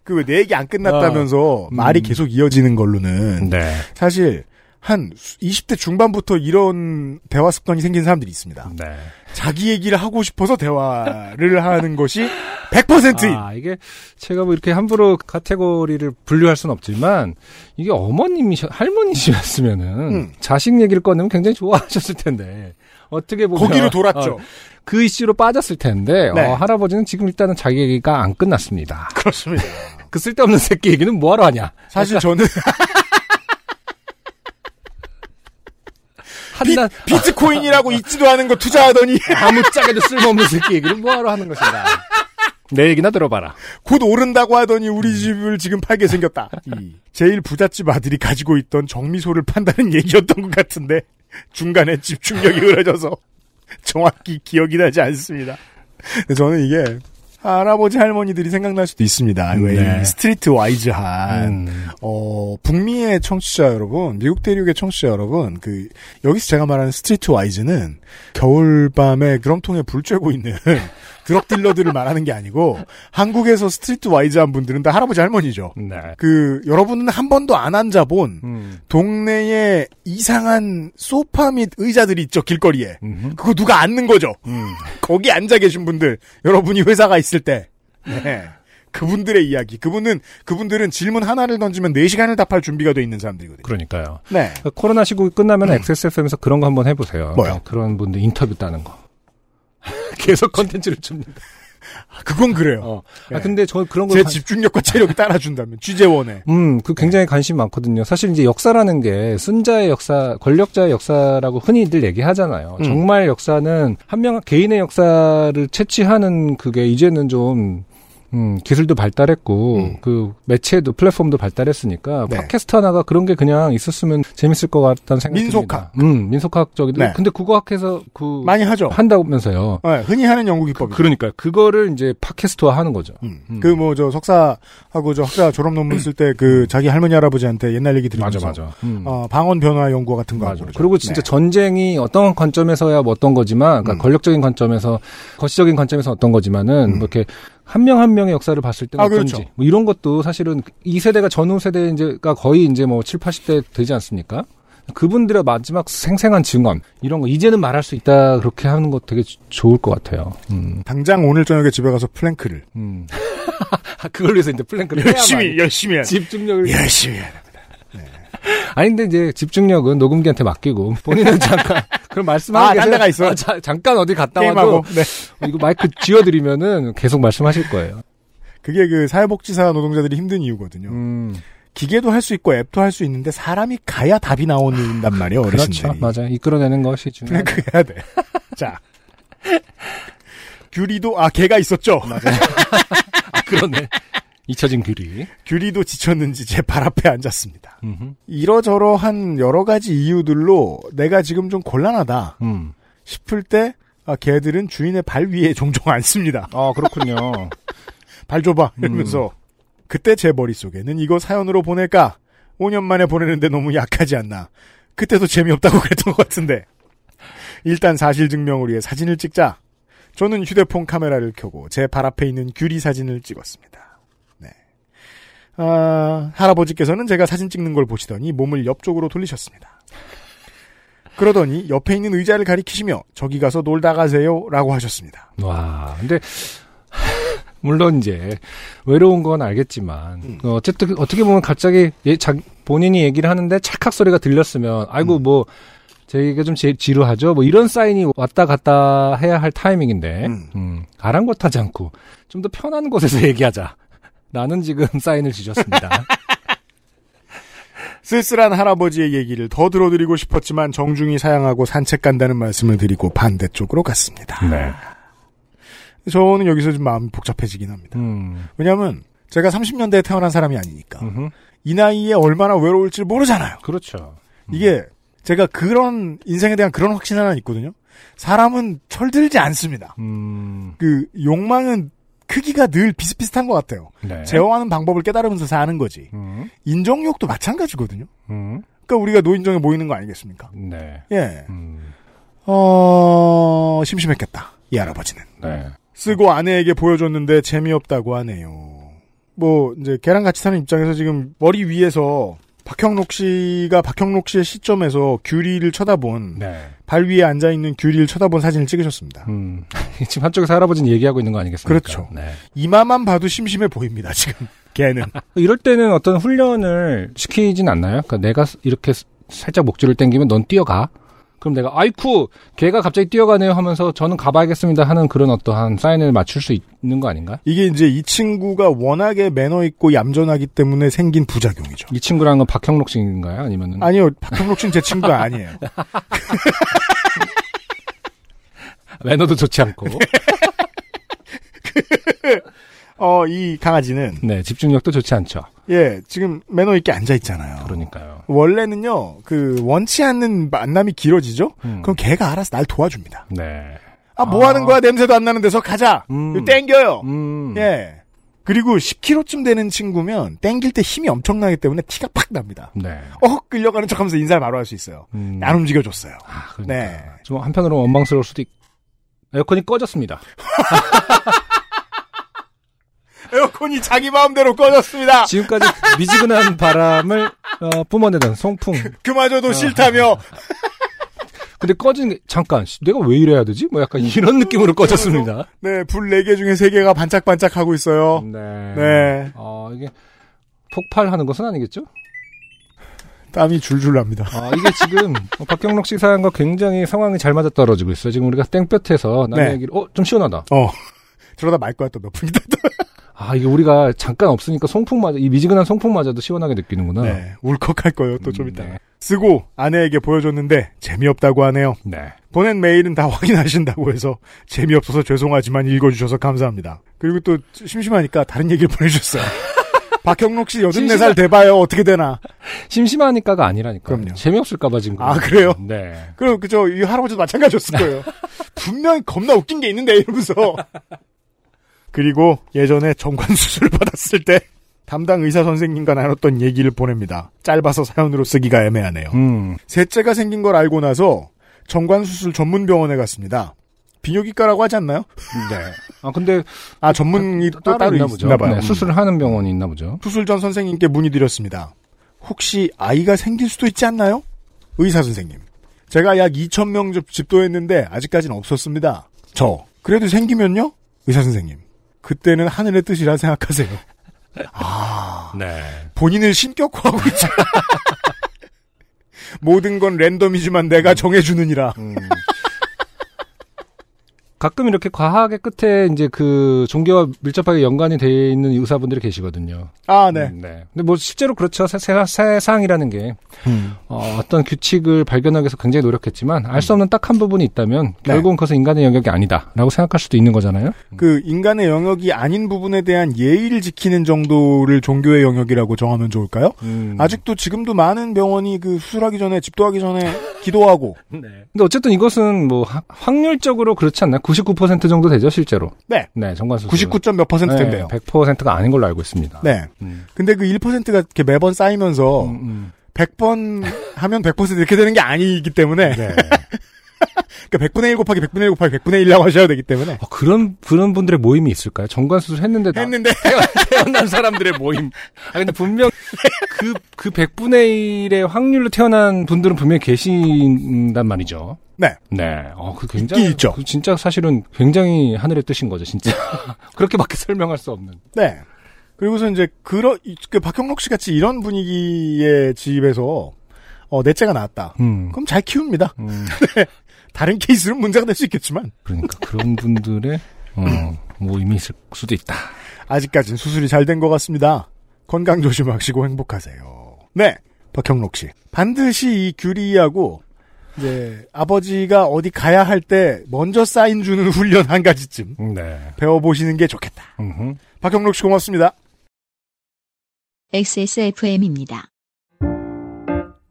Speaker 1: 그 내 얘기 안 끝났다면서
Speaker 2: 음.
Speaker 1: 말이 계속 이어지는 걸로는
Speaker 2: 네.
Speaker 1: 사실 한 20대 중반부터 이런 대화 습관이 생긴 사람들이 있습니다.
Speaker 2: 네.
Speaker 1: 자기 얘기를 하고 싶어서 대화를 하는 것이 100%인
Speaker 2: 아, 이게 제가 뭐 이렇게 함부로 카테고리를 분류할 순 없지만 이게 어머님이셔, 할머니시였으면은
Speaker 1: 음.
Speaker 2: 자식 얘기를 꺼내면 굉장히 좋아하셨을 텐데. 어떻게 보면
Speaker 1: 거기로 돌았죠.
Speaker 2: 어, 그 이슈로 빠졌을 텐데
Speaker 1: 네.
Speaker 2: 어, 할아버지는 지금 일단은 자기 얘기가 안 끝났습니다. 그러니까
Speaker 1: 그렇습니다.
Speaker 2: 그 쓸데없는 새끼 얘기는 뭐하러 하냐?
Speaker 1: 사실 저는 비,
Speaker 2: 한나
Speaker 1: 트코인이라고 있지도 않은 거 투자하더니
Speaker 2: 아무짝에도 쓸모없는 새끼 얘기를 뭐하러 하는 것인가? 내 얘기나 들어봐라.
Speaker 1: 곧 오른다고 하더니
Speaker 2: 음.
Speaker 1: 우리 집을 지금 팔게 생겼다. 이 제일 부잣집 아들이 가지고 있던 정미소를 판다는 얘기였던 것 같은데 중간에 집중력이 흐려져서 정확히 기억이 나지 않습니다. 근데 저는 이게 할아버지 할머니들이 생각날 수도 있습니다. 왜이
Speaker 2: 네.
Speaker 1: 스트리트 와이즈한
Speaker 2: 음.
Speaker 1: 어, 북미의 청취자 여러분, 미국 대륙의 청취자 여러분, 그, 여기서 제가 말하는 스트리트 와이즈는 겨울밤에 그럼통에 불 쬐고 있는 드럭 딜러들을 말하는 게 아니고 한국에서 스트리트 와이즈한 분들은 다 할아버지 할머니죠.
Speaker 2: 네.
Speaker 1: 그 여러분은 한 번도 안 앉아본
Speaker 2: 음.
Speaker 1: 동네에 이상한 소파 및 의자들이 있죠 길거리에.
Speaker 2: 음흠. 음.
Speaker 1: 그거 누가 앉는 거죠. 거기 앉아 계신 분들 여러분이 회사가 있을 때 네. 그분들의 이야기. 그분은 그분들은 질문 하나를 던지면 4시간을 답할 준비가 돼 있는 사람들이거든요.
Speaker 2: 그러니까요.
Speaker 1: 네.
Speaker 2: 그 코로나 시국이 끝나면
Speaker 1: 음.
Speaker 2: XSFM에서 그런 거 한번 해보세요. 네,
Speaker 1: 뭐요?
Speaker 2: 그런 분들 인터뷰 따는 거. 계속 컨텐츠를 줍니다.
Speaker 1: 그건 그래요.
Speaker 2: 어.
Speaker 1: 네.
Speaker 2: 아, 근데 저 그런 거.
Speaker 1: 제 집중력과 체력이 따라준다면 취재원에
Speaker 2: 음, 그
Speaker 1: 네.
Speaker 2: 굉장히 관심 많거든요. 사실 이제 역사라는 게 순자의 역사, 권력자의 역사라고 흔히들 얘기하잖아요.
Speaker 1: 음.
Speaker 2: 정말 역사는 한 명 개인의 역사를 채취하는 그게 이제는 좀 음, 기술도 발달했고
Speaker 1: 음.
Speaker 2: 그 매체도 플랫폼도 발달했으니까
Speaker 1: 네.
Speaker 2: 팟캐스트 하나가 그런 게 그냥 있었으면 재밌을 것 같다는 생각이 듭니다.
Speaker 1: 민속학.
Speaker 2: 음, 민속학적이도
Speaker 1: 네.
Speaker 2: 근데 국어학에서 그
Speaker 1: 많이 하죠.
Speaker 2: 한다면서요.
Speaker 1: 네, 흔히 하는 연구 기법이.
Speaker 2: 그러니까 그거를 이제 팟캐스트화 하는 거죠.
Speaker 1: 음. 그 뭐 저 석사하고 저 학자 졸업 논문 쓸 때 그 자기 할머니 할아버지한테 옛날 얘기 들으면서
Speaker 2: 음.
Speaker 1: 어, 방언 변화 연구 같은 거
Speaker 2: 맞아.
Speaker 1: 하고 그러죠.
Speaker 2: 그리고 진짜
Speaker 1: 네.
Speaker 2: 전쟁이 어떤 관점에서야 뭐 어떤 거지만, 그러니까
Speaker 1: 음.
Speaker 2: 권력적인 관점에서, 거시적인 관점에서 어떤 거지만은,
Speaker 1: 음.
Speaker 2: 뭐 이렇게 한 명 한 명의 역사를 봤을 때
Speaker 1: 아,
Speaker 2: 어떤지,
Speaker 1: 그렇죠.
Speaker 2: 뭐 이런 것도 사실은 이 세대가 전후 세대 이제가 거의 이제 뭐 7, 80대 되지 않습니까? 그분들의 마지막 생생한 증언 이런 거 이제는 말할 수 있다 그렇게 하는 거 되게 주- 좋을 것 같아요. 음,
Speaker 1: 당장 오늘 저녁에 집에 가서 플랭크를
Speaker 2: 음. 그걸 위해서 이제 플랭크를 해야만 예.
Speaker 1: 열심히 해야
Speaker 2: 집중력을
Speaker 1: 예, 열심히 해야
Speaker 2: 아니 근데 이제 집중력은 녹음기한테 맡기고 본인은 잠깐 그럼 말씀하고
Speaker 1: 아, 딴
Speaker 2: 계세요.
Speaker 1: 데가 있어요?
Speaker 2: 아, 자- 잠깐 어디 갔다
Speaker 1: 게임하고
Speaker 2: 와도
Speaker 1: 네.
Speaker 2: 이거 마이크 쥐어드리면은 계속 말씀하실 거예요.
Speaker 1: 그게 그 사회복지사 노동자들이 힘든 이유거든요.
Speaker 2: 음,
Speaker 1: 기계도 할 수 있고 앱도 할 수 있는데 사람이 가야 답이 나온단 말이에요 어르신들이.
Speaker 2: 그렇죠. 맞아. 요 이끌어내는 것이 중요한.
Speaker 1: 플랭크 해야 돼. 자. 규리도 아 걔가 있었죠.
Speaker 2: 아, 그러네. 잊혀진 규리.
Speaker 1: 규리도 지쳤는지 제 발 앞에 앉았습니다.
Speaker 2: 음흠.
Speaker 1: 이러저러한 여러 가지 이유들로 내가 지금 좀 곤란하다
Speaker 2: 음.
Speaker 1: 싶을 때 아, 걔들은 주인의 발 위에 종종 앉습니다.
Speaker 2: 아 그렇군요.
Speaker 1: 발 줘봐 이러면서 그때 제 머릿속에는 이거 사연으로 보낼까 5년 만에 보내는데 너무 약하지 않나 그때도 재미없다고 그랬던 것 같은데 일단 사실 증명을 위해 사진을 찍자 저는 휴대폰 카메라를 켜고 제 발 앞에 있는 규리 사진을 찍었습니다 네. 아, 할아버지께서는 제가 사진 찍는 걸 보시더니 몸을 옆쪽으로 돌리셨습니다 그러더니 옆에 있는 의자를 가리키시며 저기 가서 놀다 가세요 라고 하셨습니다
Speaker 2: 와. 근데 물론 이제 외로운 건 알겠지만
Speaker 1: 음.
Speaker 2: 어, 어쨌든 어떻게 보면 갑자기 예, 자, 본인이 얘기를 하는데 찰칵 소리가 들렸으면 아이고
Speaker 1: 음.
Speaker 2: 뭐. 제 얘기가 좀 지- 지루하죠. 뭐 이런 사인이 왔다 갔다 해야 할 타이밍인데
Speaker 1: 음.
Speaker 2: 음, 아랑곳하지 않고 좀 더 편한 곳에서 얘기하자. 나는 지금 사인을 지셨습니다.
Speaker 1: 쓸쓸한 할아버지의 얘기를 더 들어드리고 싶었지만 정중히 사양하고 산책 간다는 말씀을 드리고 반대쪽으로 갔습니다.
Speaker 2: 네.
Speaker 1: 저는 여기서 좀 마음이 복잡해지긴 합니다.
Speaker 2: 음.
Speaker 1: 왜냐하면 제가 30년대에 태어난 사람이 아니니까
Speaker 2: 음흠.
Speaker 1: 이 나이에 얼마나 외로울지 모르잖아요.
Speaker 2: 그렇죠.
Speaker 1: 이게 제가 그런 인생에 대한 그런 확신 하나 있거든요. 사람은 철들지 않습니다.
Speaker 2: 음.
Speaker 1: 그 욕망은 크기가 늘 비슷비슷한 것 같아요.
Speaker 2: 네.
Speaker 1: 제어하는 방법을 깨달으면서 사는 거지.
Speaker 2: 음.
Speaker 1: 인정욕도 마찬가지거든요.
Speaker 2: 음.
Speaker 1: 그러니까 우리가 노인정에 모이는 거 아니겠습니까?
Speaker 2: 네.
Speaker 1: 예.
Speaker 2: 음.
Speaker 1: 어, 심심했겠다. 이 할아버지는.
Speaker 2: 네.
Speaker 1: 쓰고 아내에게 보여줬는데 재미없다고 하네요. 뭐, 이제 걔랑 같이 사는 입장에서 지금 머리 위에서 박형록 씨가 박형록 씨의 시점에서 규리를 쳐다본,
Speaker 2: 네.
Speaker 1: 발 위에 앉아있는 규리를 쳐다본 사진을 찍으셨습니다.
Speaker 2: 음. 지금 한쪽에서 할아버지는 얘기하고 있는 거 아니겠습니까?
Speaker 1: 그렇죠.
Speaker 2: 네.
Speaker 1: 이마만 봐도 심심해 보입니다, 지금. 걔는.
Speaker 2: 이럴 때는 어떤 훈련을 시키진 않나요? 그러니까 내가 스- 이렇게 스- 살짝 목줄을 당기면 넌 뛰어가. 그럼 내가 아이쿠 걔가 갑자기 뛰어가네요 하면서 저는 가봐야겠습니다 하는 그런 어떠한 사인을 맞출 수 있는 거 아닌가?
Speaker 1: 이게 이제 이 친구가 워낙에 매너 있고 얌전하기 때문에 생긴 부작용이죠.
Speaker 2: 이 친구라는 건 박형록 씨인가요? 아니면은
Speaker 1: 아니요, 박형록 씨는 제 친구가 아니에요.
Speaker 2: 매너도 좋지 않고
Speaker 1: 네. 어, 이 강아지는,
Speaker 2: 네 집중력도 좋지 않죠.
Speaker 1: 예, 지금 매너 있게 앉아있잖아요.
Speaker 2: 그렇죠. 그러니까요.
Speaker 1: 원래는요, 그, 원치 않는 만남이 길어지죠?
Speaker 2: 음.
Speaker 1: 그럼 걔가 알아서 날 도와줍니다.
Speaker 2: 네.
Speaker 1: 아, 뭐
Speaker 2: 아.
Speaker 1: 하는 거야? 냄새도 안 나는 데서 가자!
Speaker 2: 음.
Speaker 1: 이거 땡겨요!
Speaker 2: 음.
Speaker 1: 예. 그리고 10kg쯤 되는 친구면 땡길 때 힘이 엄청나기 때문에 티가 팍 납니다.
Speaker 2: 네.
Speaker 1: 어흑 끌려가는 척 하면서 인사를 바로 할 수 있어요.
Speaker 2: 음.
Speaker 1: 안 움직여줬어요.
Speaker 2: 아, 그러니까.
Speaker 1: 네.
Speaker 2: 좀 한편으로는 원망스러울 수도 있. 에어컨이 꺼졌습니다.
Speaker 1: 에어컨이 자기 마음대로 꺼졌습니다.
Speaker 2: 지금까지 미지근한 바람을 어, 뿜어내던 송풍.
Speaker 1: 그마저도
Speaker 2: 아.
Speaker 1: 싫다며
Speaker 2: 근데 꺼진 게 잠깐 씨, 내가 왜 이래야 되지? 뭐 약간 이런
Speaker 1: 음,
Speaker 2: 느낌으로 꺼졌습니다.
Speaker 1: 네, 불 4개 중에 3개가 반짝반짝 하고 있어요.
Speaker 2: 네.
Speaker 1: 네.
Speaker 2: 어, 이게 폭발하는 것은 아니겠죠?
Speaker 1: 땀이 줄줄 납니다.
Speaker 2: 아, 이게 지금 어, 박경록 씨 사연과 굉장히 상황이 잘 맞아떨어지고 있어요. 지금 우리가 땡볕에서 남의
Speaker 1: 네.
Speaker 2: 얘기를 어, 좀 시원하다.
Speaker 1: 어. 그러다 말 거야 또몇 분이다.
Speaker 2: 아, 이게 우리가 잠깐 없으니까 송풍 맞아 이 미지근한 송풍 맞아도 시원하게 느끼는구나.
Speaker 1: 네, 울컥할 거예요 또 좀
Speaker 2: 음,
Speaker 1: 이따.
Speaker 2: 네.
Speaker 1: 쓰고 아내에게 보여줬는데 재미없다고 하네요.
Speaker 2: 네.
Speaker 1: 보낸 메일은 다 확인하신다고 해서 재미없어서 죄송하지만 읽어주셔서 감사합니다. 그리고 또 심심하니까 다른 얘기를 보내주셨어요. 박형록 씨 84살
Speaker 2: 심심하-
Speaker 1: 돼봐요. 어떻게 되나.
Speaker 2: 심심하니까가 아니라니까.
Speaker 1: 그럼요.
Speaker 2: 재미없을까봐 지금.
Speaker 1: 아, 그래요?
Speaker 2: 네.
Speaker 1: 그럼 그저 이 할아버지도 마찬가지였을 거예요. 분명히 겁나 웃긴 게 있는데 이러면서. 그리고 예전에 정관 수술 받았을 때 담당 의사 선생님과 나눴던 얘기를 보냅니다. 짧아서 사연으로 쓰기가 애매하네요.
Speaker 2: 음.
Speaker 1: 셋째가 생긴 걸 알고 나서 정관 수술 전문 병원에 갔습니다. 비뇨기과라고 하지 않나요?
Speaker 2: 네. 아, 근데
Speaker 1: 아 전문이 또 따로 있나, 봐요. 음.
Speaker 2: 네, 수술을 하는 병원이 있나 보죠.
Speaker 1: 수술 전 선생님께 문의드렸습니다. 혹시 아이가 생길 수도 있지 않나요? 의사 선생님. 제가 약 2,000명 집- 집도했는데 아직까지는 없었습니다. 저. 그래도 생기면요? 의사 선생님. 그때는 하늘의 뜻이라 생각하세요.
Speaker 2: 네.
Speaker 1: 본인을 신격화하고 있죠. 모든 건 랜덤이지만 내가 정해주느니라.
Speaker 2: 가끔 이렇게 과학의 끝에 이제 그 종교와 밀접하게 연관이 돼 있는 의사분들이 계시거든요.
Speaker 1: 아, 네.
Speaker 2: 음, 근데 뭐 실제로 그렇죠. 세, 상이라는게
Speaker 1: 음.
Speaker 2: 어, 떤 규칙을 발견하기 위해서 굉장히 노력했지만 알 수 없는 딱 한 부분이 있다면
Speaker 1: 네.
Speaker 2: 결국은 그것은 인간의 영역이 아니다라고 생각할 수도 있는 거잖아요.
Speaker 1: 그 인간의 영역이 아닌 부분에 대한 예의를 지키는 정도를 종교의 영역이라고 정하면 좋을까요?
Speaker 2: 음.
Speaker 1: 아직도 지금도 많은 병원이 그 수술하기 전에 집도하기 전에 기도하고
Speaker 2: 근데 어쨌든 이것은 뭐 하- 확률적으로 그렇지 않나요? 99% 정도 되죠, 실제로.
Speaker 1: 네.
Speaker 2: 네, 정관수.
Speaker 1: 99.몇
Speaker 2: 네,
Speaker 1: 퍼센트 된대요.
Speaker 2: 100%가 아닌 걸로 알고 있습니다.
Speaker 1: 네.
Speaker 2: 음.
Speaker 1: 근데 그 1%가 이렇게 매번 쌓이면서
Speaker 2: 음, 음.
Speaker 1: 100번 하면 100% 이렇게 되는 게 아니기 때문에
Speaker 2: 네.
Speaker 1: 그러니까 100분의 1 곱하기 100분의 1 곱하기 100분의 1이라고 하셔야 되기 때문에
Speaker 2: 어, 그런 그런 분들의 모임이 있을까요? 정관 수술 했는데 나-
Speaker 1: 했는데
Speaker 2: 태어난 사람들의 모임. 아 근데 분명 그 그 100분의 1의 확률로 태어난 분들은 분명히 계신단 말이죠.
Speaker 1: 네.
Speaker 2: 네. 어, 그 굉장히
Speaker 1: 있긴 있죠.
Speaker 2: 그 진짜 사실은 굉장히 하늘의 뜻인 거죠, 진짜. 그렇게밖에 설명할 수 없는.
Speaker 1: 네. 그리고서 이제 그러 이- 그 박형록 씨 같이 이런 분위기의 집에서 어, 넷째가 나왔다.
Speaker 2: 음.
Speaker 1: 그럼 잘 키웁니다.
Speaker 2: 음,
Speaker 1: 다른 케이스는 문제가 될 수 있겠지만
Speaker 2: 그러니까 그런 분들의 어, 모임이 있을 수도 있다.
Speaker 1: 아직까진 수술이 잘 된 것 같습니다. 건강 조심하시고 행복하세요. 네, 박형록 씨. 반드시 이 규리하고 이제 아버지가 어디 가야 할 때 먼저 사인 주는 훈련 한 가지쯤
Speaker 2: 네.
Speaker 1: 배워보시는 게 좋겠다.
Speaker 2: 음흠.
Speaker 1: 박형록 씨 고맙습니다.
Speaker 3: XSFM입니다.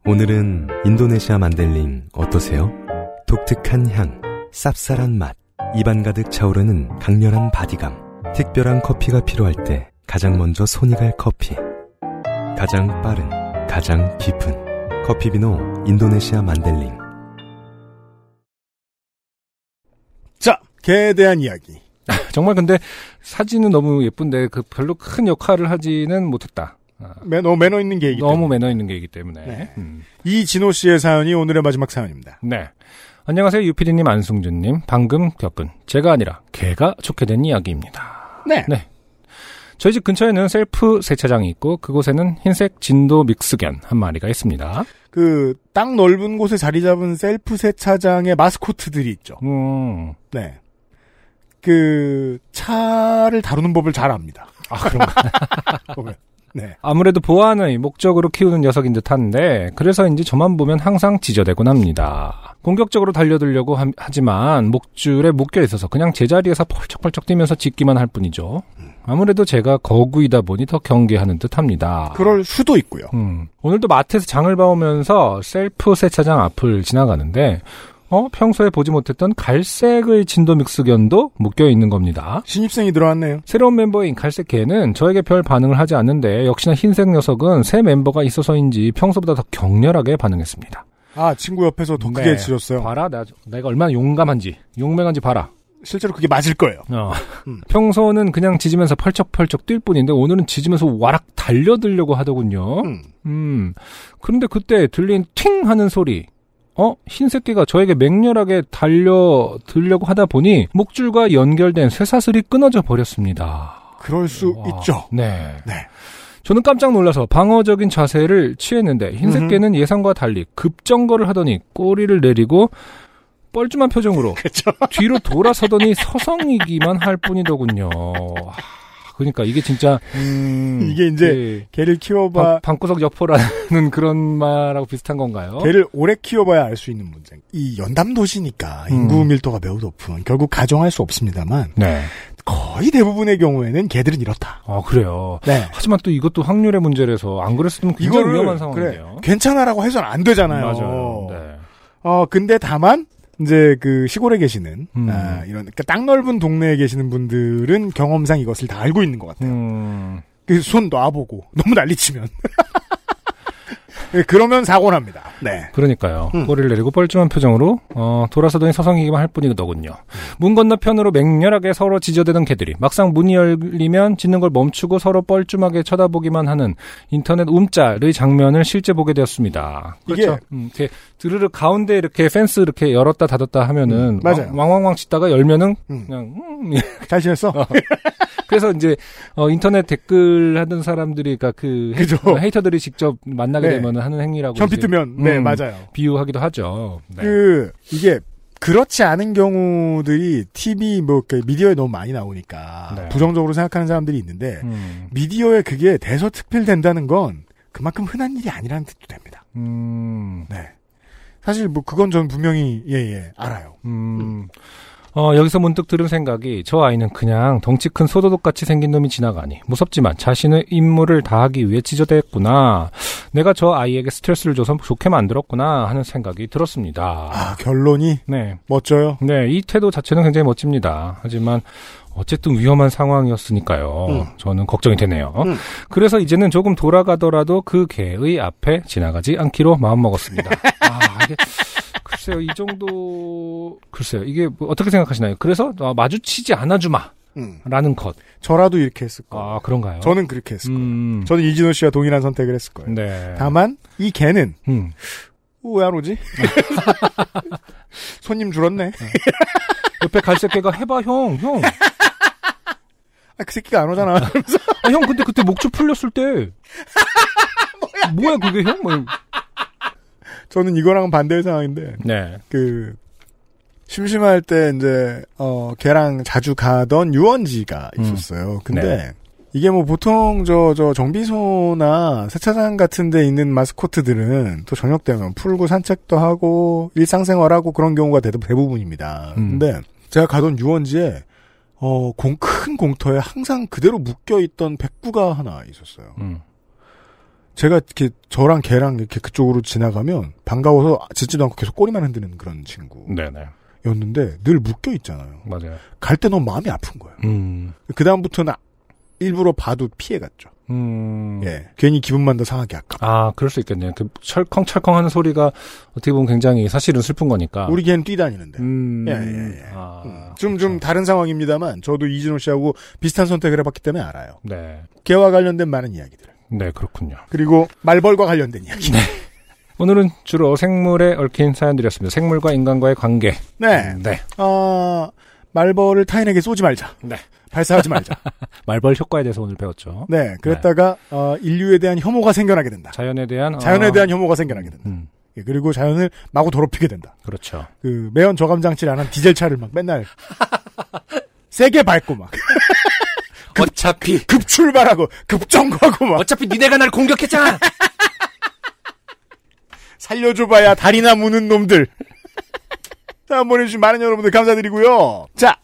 Speaker 4: 오늘은 인도네시아 만델링 어떠세요? 독특한 향, 쌉쌀한 맛, 입안 가득 차오르는 강렬한 바디감. 특별한 커피가 필요할 때 가장 먼저 손이 갈 커피. 가장 빠른, 가장 깊은 커피비노 인도네시아 만델링.
Speaker 1: 자, 개에 대한 이야기.
Speaker 2: 아, 정말 근데 사진은 너무 예쁜데 그 별로 큰 역할을 하지는 못했다. 아,
Speaker 1: 매너 매너 있는 개이기
Speaker 2: 너무
Speaker 1: 때문에.
Speaker 2: 매너 있는 게이기 때문에.
Speaker 1: 네.
Speaker 2: 음.
Speaker 1: 이진호 씨의 사연이 오늘의 마지막 사연입니다.
Speaker 2: 네. 안녕하세요. 유피디님, 안승준님. 방금 겪은 제가 아니라 개가 좋게 된 이야기입니다.
Speaker 1: 네.
Speaker 2: 네. 저희 집 근처에는 셀프 세차장이 있고 그곳에는 흰색 진도 믹스견 한 마리가 있습니다.
Speaker 1: 그 땅 넓은 곳에 자리 잡은 셀프 세차장의 마스코트들이 있죠.
Speaker 2: 음.
Speaker 1: 네. 그 차를 다루는 법을 잘 압니다. 아 그런가? 네.
Speaker 2: 아무래도 보안의 목적으로 키우는 녀석인 듯한데 그래서인지 저만 보면 항상 지저대곤 합니다. 공격적으로 달려들려고 함- 하지만 목줄에 묶여 있어서 그냥 제자리에서 펄쩍펄쩍 뛰면서 짖기만 할 뿐이죠. 아무래도 제가 거구이다 보니 더 경계하는 듯합니다.
Speaker 1: 그럴 수도 있고요.
Speaker 2: 음. 오늘도 마트에서 장을 봐오면서 셀프 세차장 앞을 지나가는데 어 평소에 보지 못했던 갈색의 진도 믹스견도 묶여 있는 겁니다.
Speaker 1: 신입생이 들어왔네요.
Speaker 2: 새로운 멤버인 갈색 개는 저에게 별 반응을 하지 않는데 역시나 흰색 녀석은 새 멤버가 있어서인지 평소보다 더 격렬하게 반응했습니다.
Speaker 1: 아 친구 옆에서 더 크게
Speaker 2: 네.
Speaker 1: 지렸어요.
Speaker 2: 봐라, 나, 내가 얼마나 용감한지, 용맹한지 봐라.
Speaker 1: 실제로 그게 맞을 거예요.
Speaker 2: 어.
Speaker 1: 음.
Speaker 2: 평소는 그냥 짖으면서 펄쩍펄쩍 뛸 뿐인데 오늘은 짖으면서 와락 달려들려고 하더군요.
Speaker 1: 음.
Speaker 2: 음. 그런데 그때 들린 팅 하는 소리. 어? 흰색 개가 저에게 맹렬하게 달려들려고 하다 보니 목줄과 연결된 쇠사슬이 끊어져 버렸습니다.
Speaker 1: 그럴 수
Speaker 2: 와.
Speaker 1: 어, 있죠.
Speaker 2: 네.
Speaker 1: 네.
Speaker 2: 저는 깜짝 놀라서 방어적인 자세를 취했는데 흰색
Speaker 1: 음흠.
Speaker 2: 개는 예상과 달리 급정거를 하더니 꼬리를 내리고 뻘쭘한 표정으로
Speaker 1: 그쵸.
Speaker 2: 뒤로 돌아서더니 서성이기만 할 뿐이더군요. 아, 그러니까 이게 진짜
Speaker 1: 음, 이게 이제 뭐
Speaker 2: 예,
Speaker 1: 개를
Speaker 2: 방,
Speaker 1: 키워봐
Speaker 2: 방구석 여포라는 그런 말하고 비슷한 건가요?
Speaker 1: 개를 오래 키워봐야 알 수 있는 문제. 이 연담 도시니까
Speaker 2: 음.
Speaker 1: 인구 밀도가 매우 높은 결국 가정할 수 없습니다만
Speaker 2: 네.
Speaker 1: 거의 대부분의 경우에는 개들은 이렇다.
Speaker 2: 아 그래요.
Speaker 1: 네.
Speaker 2: 하지만 또 이것도 확률의 문제라서 안 그랬으면 굉장히 위험한 상황이에요.
Speaker 1: 괜찮아라고 해선 안 되잖아요.
Speaker 2: 맞아요. 네.
Speaker 1: 어 근데 다만 이제 그 시골에 계시는
Speaker 2: 음.
Speaker 1: 아, 이런 그러니까 땅 넓은 동네에 계시는 분들은 경험상 이것을 다 알고 있는 것 같아요.
Speaker 2: 음,
Speaker 1: 그 손 놔보고 너무 난리치면 예, 그러면 사고 납니다. 네.
Speaker 2: 그러니까요.
Speaker 1: 음.
Speaker 2: 꼬리를 내리고 뻘쭘한 표정으로 어, 돌아서더니 서성이기만 할 뿐이더군요. 문 건너편으로 맹렬하게 서로 지저대던 개들이 막상 문이 열리면 짖는 걸 멈추고 서로 뻘쭘하게 쳐다보기만 하는 인터넷 움짤의 장면을 실제 보게 되었습니다.
Speaker 1: 이게-
Speaker 2: 음, 이렇게 드르르 가운데 이렇게 펜스 이렇게 열었다 닫았다 하면은
Speaker 1: 음, 맞아요.
Speaker 2: 왕- 왕왕왕 짖다가 열면은
Speaker 1: 음.
Speaker 2: 그냥 음,
Speaker 1: 잘 지냈어?
Speaker 2: 그래서 이제 어, 인터넷 댓글 하던 사람들이 그러니까 그
Speaker 1: 그죠.
Speaker 2: 헤, 이터들이 직접 만나게
Speaker 1: 네.
Speaker 2: 되면 하는 행위라고
Speaker 1: 전피
Speaker 2: 이제
Speaker 1: 뜨면 네
Speaker 2: 음.
Speaker 1: 맞아요.
Speaker 2: 비유하기도 하죠. 네.
Speaker 1: 그 이게 그렇지 않은 경우들이 TV 뭐그 미디어에 너무 많이 나오니까
Speaker 2: 네.
Speaker 1: 부정적으로 생각하는 사람들이 있는데
Speaker 2: 음,
Speaker 1: 미디어에 그게 대서특필된다는 건 그만큼 흔한 일이 아니라는 뜻도 됩니다.
Speaker 2: 음,
Speaker 1: 네. 사실 뭐 그건 전 분명히 예예 알아요.
Speaker 2: 음. 어, 여기서 문득 들은 생각이 저 아이는 그냥 덩치 큰 소도둑 같이 생긴 놈이 지나가니 무섭지만 자신의 임무를 다하기 위해 지저대했구나. 내가 저 아이에게 스트레스를 줘서 좋게 만들었구나 하는 생각이 들었습니다.
Speaker 1: 아 결론이
Speaker 2: 네.
Speaker 1: 멋져요.
Speaker 2: 네, 이 태도 자체는 굉장히 멋집니다. 하지만 어쨌든 위험한 상황이었으니까요.
Speaker 1: 음.
Speaker 2: 저는 걱정이 되네요.
Speaker 1: 음.
Speaker 2: 그래서 이제는 조금 돌아가더라도 그 개의 앞에 지나가지 않기로 마음먹었습니다. 아, 이게 글쎄요, 이 정도 글쎄요, 이게 뭐 어떻게 생각하시나요? 그래서 아, 마주치지 않아주마라는
Speaker 1: 음.
Speaker 2: 것.
Speaker 1: 저라도 이렇게 했을 거예요.
Speaker 2: 아, 그런가요?
Speaker 1: 저는 그렇게 했을 거예요.
Speaker 2: 음,
Speaker 1: 저는 이진호 씨와 동일한 선택을 했을 거예요.
Speaker 2: 네.
Speaker 1: 다만 이 개는 어,
Speaker 2: 음.
Speaker 1: 왜 안 오지? 손님 줄었네.
Speaker 2: 옆에 갈색 개가 해봐 형, 형.
Speaker 1: 아, 그 새끼가 안 오잖아.
Speaker 2: 아, 형 근데 그때 목줄 풀렸을 때 뭐야 그게 형? 뭐,
Speaker 1: 저는 이거랑 은 반대의 상황인데
Speaker 2: 네.
Speaker 1: 그 심심할 때 이제 어 걔랑 자주 가던 유원지가
Speaker 2: 음.
Speaker 1: 있었어요. 근데
Speaker 2: 네.
Speaker 1: 이게 뭐 보통 저 저 정비소나 세차장 같은데 있는 마스코트들은 또 저녁 되면 풀고 산책도 하고 일상생활하고 그런 경우가 대- 대부분입니다.
Speaker 2: 음.
Speaker 1: 근데 제가 가던 유원지에 어공 큰 공터에 항상 그대로 묶여 있던 백구가 하나 있었어요.
Speaker 2: 음.
Speaker 1: 제가 이렇게 저랑 걔랑 이렇게 그쪽으로 지나가면 반가워서 아, 짖지도 않고 계속 꼬리만 흔드는 그런
Speaker 2: 네네.
Speaker 1: 친구였는데 늘 묶여 있잖아요.
Speaker 2: 맞아요.
Speaker 1: 갈 때 너무 마음이 아픈 거예요.
Speaker 2: 음.
Speaker 1: 그 다음부터는 일부러 봐도 피해 갔죠.
Speaker 2: 음.
Speaker 1: 예, 괜히 기분만 더 상하게 아까.
Speaker 2: 아, 그럴 수 있겠네요. 그 철컹철컹 하는 소리가 어떻게 보면 굉장히 사실은 슬픈 거니까.
Speaker 1: 우리 걔는 뛰다니는데.
Speaker 2: 아. 음.
Speaker 1: 예, 예, 예.
Speaker 2: 아.
Speaker 1: 음, 좀, 좀 다른 상황입니다만, 저도 이진호 씨하고 비슷한 선택을 해봤기 때문에 알아요.
Speaker 2: 네.
Speaker 1: 걔와 관련된 많은 이야기들.
Speaker 2: 네, 그렇군요.
Speaker 1: 그리고 말벌과 관련된 이야기. 네.
Speaker 2: 오늘은 주로 생물에 얽힌 사연들이었습니다. 생물과 인간과의 관계.
Speaker 1: 네.
Speaker 2: 네.
Speaker 1: 아, 말벌을 타인에게 쏘지 말자.
Speaker 2: 네.
Speaker 1: 발사하지 말자.
Speaker 2: 말벌 효과에 대해서 오늘 배웠죠.
Speaker 1: 네, 그랬다가 어, 인류에 대한 혐오가 생겨나게 된다.
Speaker 2: 자연에 대한
Speaker 1: 자연에
Speaker 2: 어,
Speaker 1: 대한 혐오가 생겨나게 된다.
Speaker 2: 음.
Speaker 1: 예, 그리고 자연을 마구 더럽히게 된다.
Speaker 2: 그렇죠.
Speaker 1: 그 매연 저감 장치를 안 한 디젤 차를 막 맨날 세게 밟고 막
Speaker 2: 어차피
Speaker 1: 급출발하고 급정거하고 막
Speaker 2: 어차피 니네가 날 공격했잖아.
Speaker 1: 살려줘봐야 다리나 무는 놈들. 사연 보내주신 많은 여러분들 감사드리고요. 자,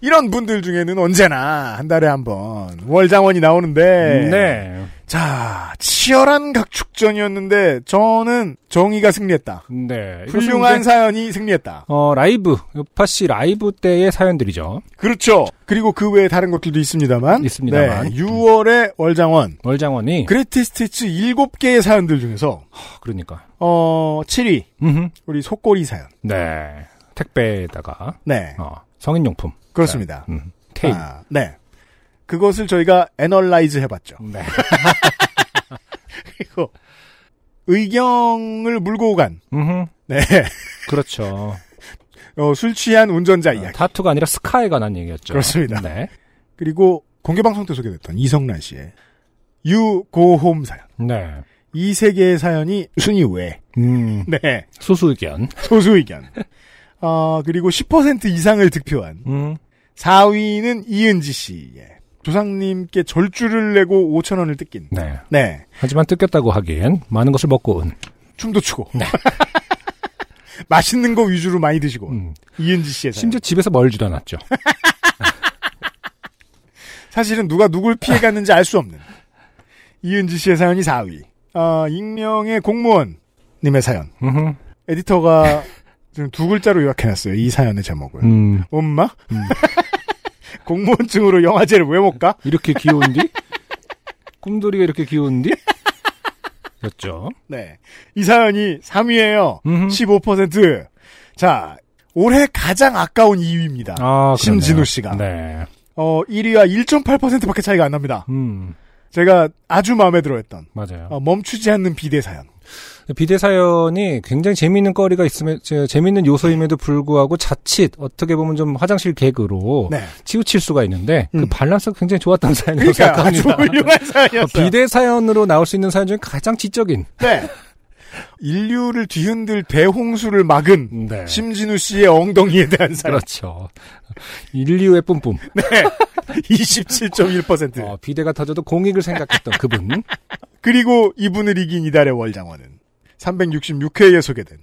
Speaker 1: 이런 분들 중에는 언제나 한 달에 한 번 월장원이 나오는데
Speaker 2: 네.
Speaker 1: 자 치열한 각축전이었는데 저는 정의가 승리했다.
Speaker 2: 네. 이것은
Speaker 1: 훌륭한
Speaker 2: 이제,
Speaker 1: 사연이 승리했다.
Speaker 2: 어, 라이브, 요파 씨 라이브 때의 사연들이죠.
Speaker 1: 그렇죠. 그리고 그 외에 다른 것들도 있습니다만.
Speaker 2: 있습니다만. 네.
Speaker 1: 네, 6월의 월장원.
Speaker 2: 월장원이.
Speaker 1: 그레이티 스티츠 7개의 사연들 중에서,
Speaker 2: 하, 그러니까.
Speaker 1: 어, 7위.
Speaker 2: 음흠.
Speaker 1: 우리 속꼬리 사연.
Speaker 2: 네. 택배에다가
Speaker 1: 네.
Speaker 2: 어, 성인용품.
Speaker 1: 그렇습니다.
Speaker 2: 음, K.
Speaker 1: 아, 네. 그것을 저희가 애널라이즈 해봤죠.
Speaker 2: 네.
Speaker 1: 그리고 의경을 물고 간
Speaker 2: 음흠,
Speaker 1: 네.
Speaker 2: 그렇죠.
Speaker 1: 어, 술 취한 운전자 이야기.
Speaker 2: 타투가 아니라 스카에 관한 얘기였죠.
Speaker 1: 그렇습니다.
Speaker 2: 네.
Speaker 1: 그리고 공개방송 때 소개됐던 이성란 씨의 유고홈 사연.
Speaker 2: 네.
Speaker 1: 이 세 개의 사연이 순위 후에.
Speaker 2: 음,
Speaker 1: 네.
Speaker 2: 소수 의견.
Speaker 1: 소수 의견. 어, 그리고 10% 이상을 득표한
Speaker 2: 음,
Speaker 1: 4위는 이은지 씨의 예. 조상님께 절주를 내고 5천 원을 뜯긴.
Speaker 2: 네.
Speaker 1: 네.
Speaker 2: 하지만 뜯겼다고 하기엔 많은 것을 먹고 온.
Speaker 1: 춤도 추고.
Speaker 2: 네.
Speaker 1: 맛있는 거 위주로 많이 드시고.
Speaker 2: 음,
Speaker 1: 이은지 씨의 사연.
Speaker 2: 심지어 집에서 멀지도 않았죠.
Speaker 1: 사실은 누가 누굴 피해갔는지 알 수 없는 이은지 씨의 사연이 4위. 아, 익명의 공무원님의 사연.
Speaker 2: 음흠,
Speaker 1: 에디터가 지금 두 글자로 요약해놨어요. 이 사연의 제목을.
Speaker 2: 음,
Speaker 1: 엄마? 공무원증으로 영화제를 왜 못 가?
Speaker 2: 이렇게 귀여운디? 꿈돌이가 이렇게 귀여운디? 였죠.
Speaker 1: 네. 이 사연이 3위예요.
Speaker 2: 음흠.
Speaker 1: 15%. 자, 올해 가장 아까운 2위입니다.
Speaker 2: 아, 그러네요.
Speaker 1: 심진우 씨가.
Speaker 2: 네.
Speaker 1: 어, 1위와 1.8%밖에 차이가 안 납니다.
Speaker 2: 음,
Speaker 1: 제가 아주 마음에 들어했던
Speaker 2: 맞아요.
Speaker 1: 어, 멈추지 않는 비대 사연.
Speaker 2: 비대 사연이 굉장히 재미있는 거리가 있으면 제- 재미있는 요소임에도 불구하고 자칫 어떻게 보면 좀 화장실 개그로
Speaker 1: 네.
Speaker 2: 치우칠 수가 있는데
Speaker 1: 음.
Speaker 2: 그 밸런스가 굉장히 좋았던 사연이라고
Speaker 1: 그러니까 아주
Speaker 2: 생각합니다. 그
Speaker 1: 훌륭한 사연이었어요.
Speaker 2: 비대 사연으로 나올 수 있는 사연 중에 가장 지적인.
Speaker 1: 네. 인류를 뒤흔들 대홍수를 막은
Speaker 2: 네.
Speaker 1: 심진우 씨의 엉덩이에 대한 사연.
Speaker 2: 그렇죠. 인류의 뿜뿜.
Speaker 1: 27.1%.
Speaker 2: 어, 비대가 터져도 공익을 생각했던 그분.
Speaker 1: 그리고 이분을 이긴 이달의 월장원은 366회에 소개된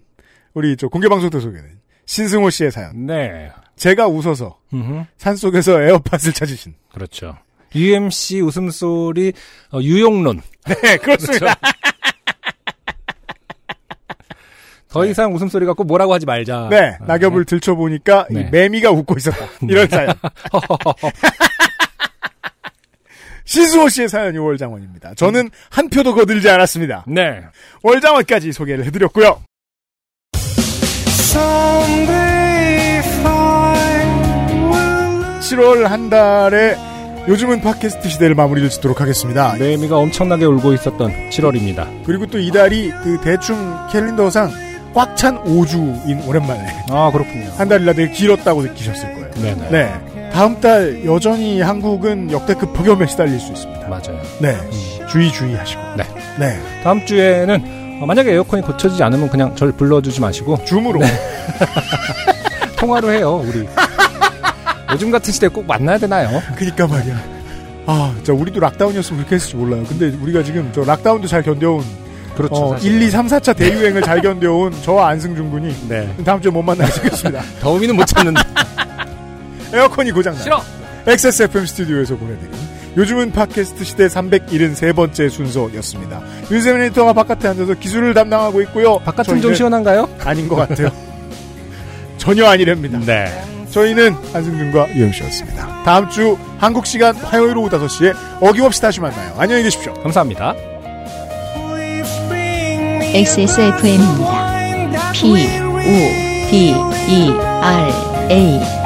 Speaker 1: 우리 저 공개방송 때 소개된 신승호 씨의 사연.
Speaker 2: 네.
Speaker 1: 제가 웃어서
Speaker 2: 음흠.
Speaker 1: 산속에서 에어팟을 찾으신.
Speaker 2: 그렇죠. UMC 웃음소리 어, 유용론. 그렇죠.
Speaker 1: 네, 그렇습니다.
Speaker 2: 더 이상 웃음소리 갖고 뭐라고 하지 말자.
Speaker 1: 네,
Speaker 2: 아,
Speaker 1: 낙엽을 들춰보니까 이
Speaker 2: 네.
Speaker 1: 매미가 웃고 있었다. 이런 사연. 신승호 씨의 사연이 월장원입니다. 저는 한 표도 거들지 않았습니다.
Speaker 2: 네.
Speaker 1: 월장원까지 소개를 해드렸고요. 칠 7월 한 달에 요즘은 팟캐스트 시대를 마무리를 짓도록 하겠습니다.
Speaker 2: 매미가 엄청나게 울고 있었던 7월입니다.
Speaker 1: 그리고 또 이달이 그 대충 캘린더상 꽉 찬 5주인 오랜만에
Speaker 2: 아, 그렇군요.
Speaker 1: 한 달이라 되게 길었다고 느끼셨을 거예요.
Speaker 2: 네네.
Speaker 1: 네. 다음 달 여전히 한국은 역대급 폭염에 시달릴 수 있습니다.
Speaker 2: 맞아요.
Speaker 1: 네. 주의 주의하시고.
Speaker 2: 네.
Speaker 1: 네.
Speaker 2: 다음 주에는 어, 만약에 에어컨이 고쳐지지 않으면 그냥 절 불러주지 마시고
Speaker 1: 줌으로.
Speaker 2: 네. 통화로 해요, 우리. 요즘 같은 시대에 꼭 만나야 되나요?
Speaker 1: 그니까 그러니까 말이야. 아, 자, 우리도 락다운이었으면 그렇게 했을지 몰라요. 근데 우리가 지금 저 락다운도 잘 견뎌온
Speaker 2: 그렇죠.
Speaker 1: 어, 1, 2, 3, 4차 대유행을 잘 견뎌온 저와 안승준 군이
Speaker 2: 네.
Speaker 1: 다음 주에 못 만나시겠습니다.
Speaker 2: 더위는 못 참는다.
Speaker 1: 에어컨이 고장나. 싫어. XSFM 스튜디오에서 보내드린 요즘은 팟캐스트 시대 373번째 순서였습니다. 윤세민 에디터가 바깥에 앉아서 기술을 담당하고 있고요.
Speaker 2: 바깥은 좀
Speaker 1: 저희는
Speaker 2: 시원한가요?
Speaker 1: 아닌 것 같아요. 전혀 아니랍니다.
Speaker 2: 네.
Speaker 1: 저희는 안승준과 유영씨였습니다. 다음 주 한국 시간 화요일 오후 5시에 어김없이 다시 만나요. 안녕히 계십시오.
Speaker 2: 감사합니다.
Speaker 3: XSFM입니다. P, O, D, E, R, A.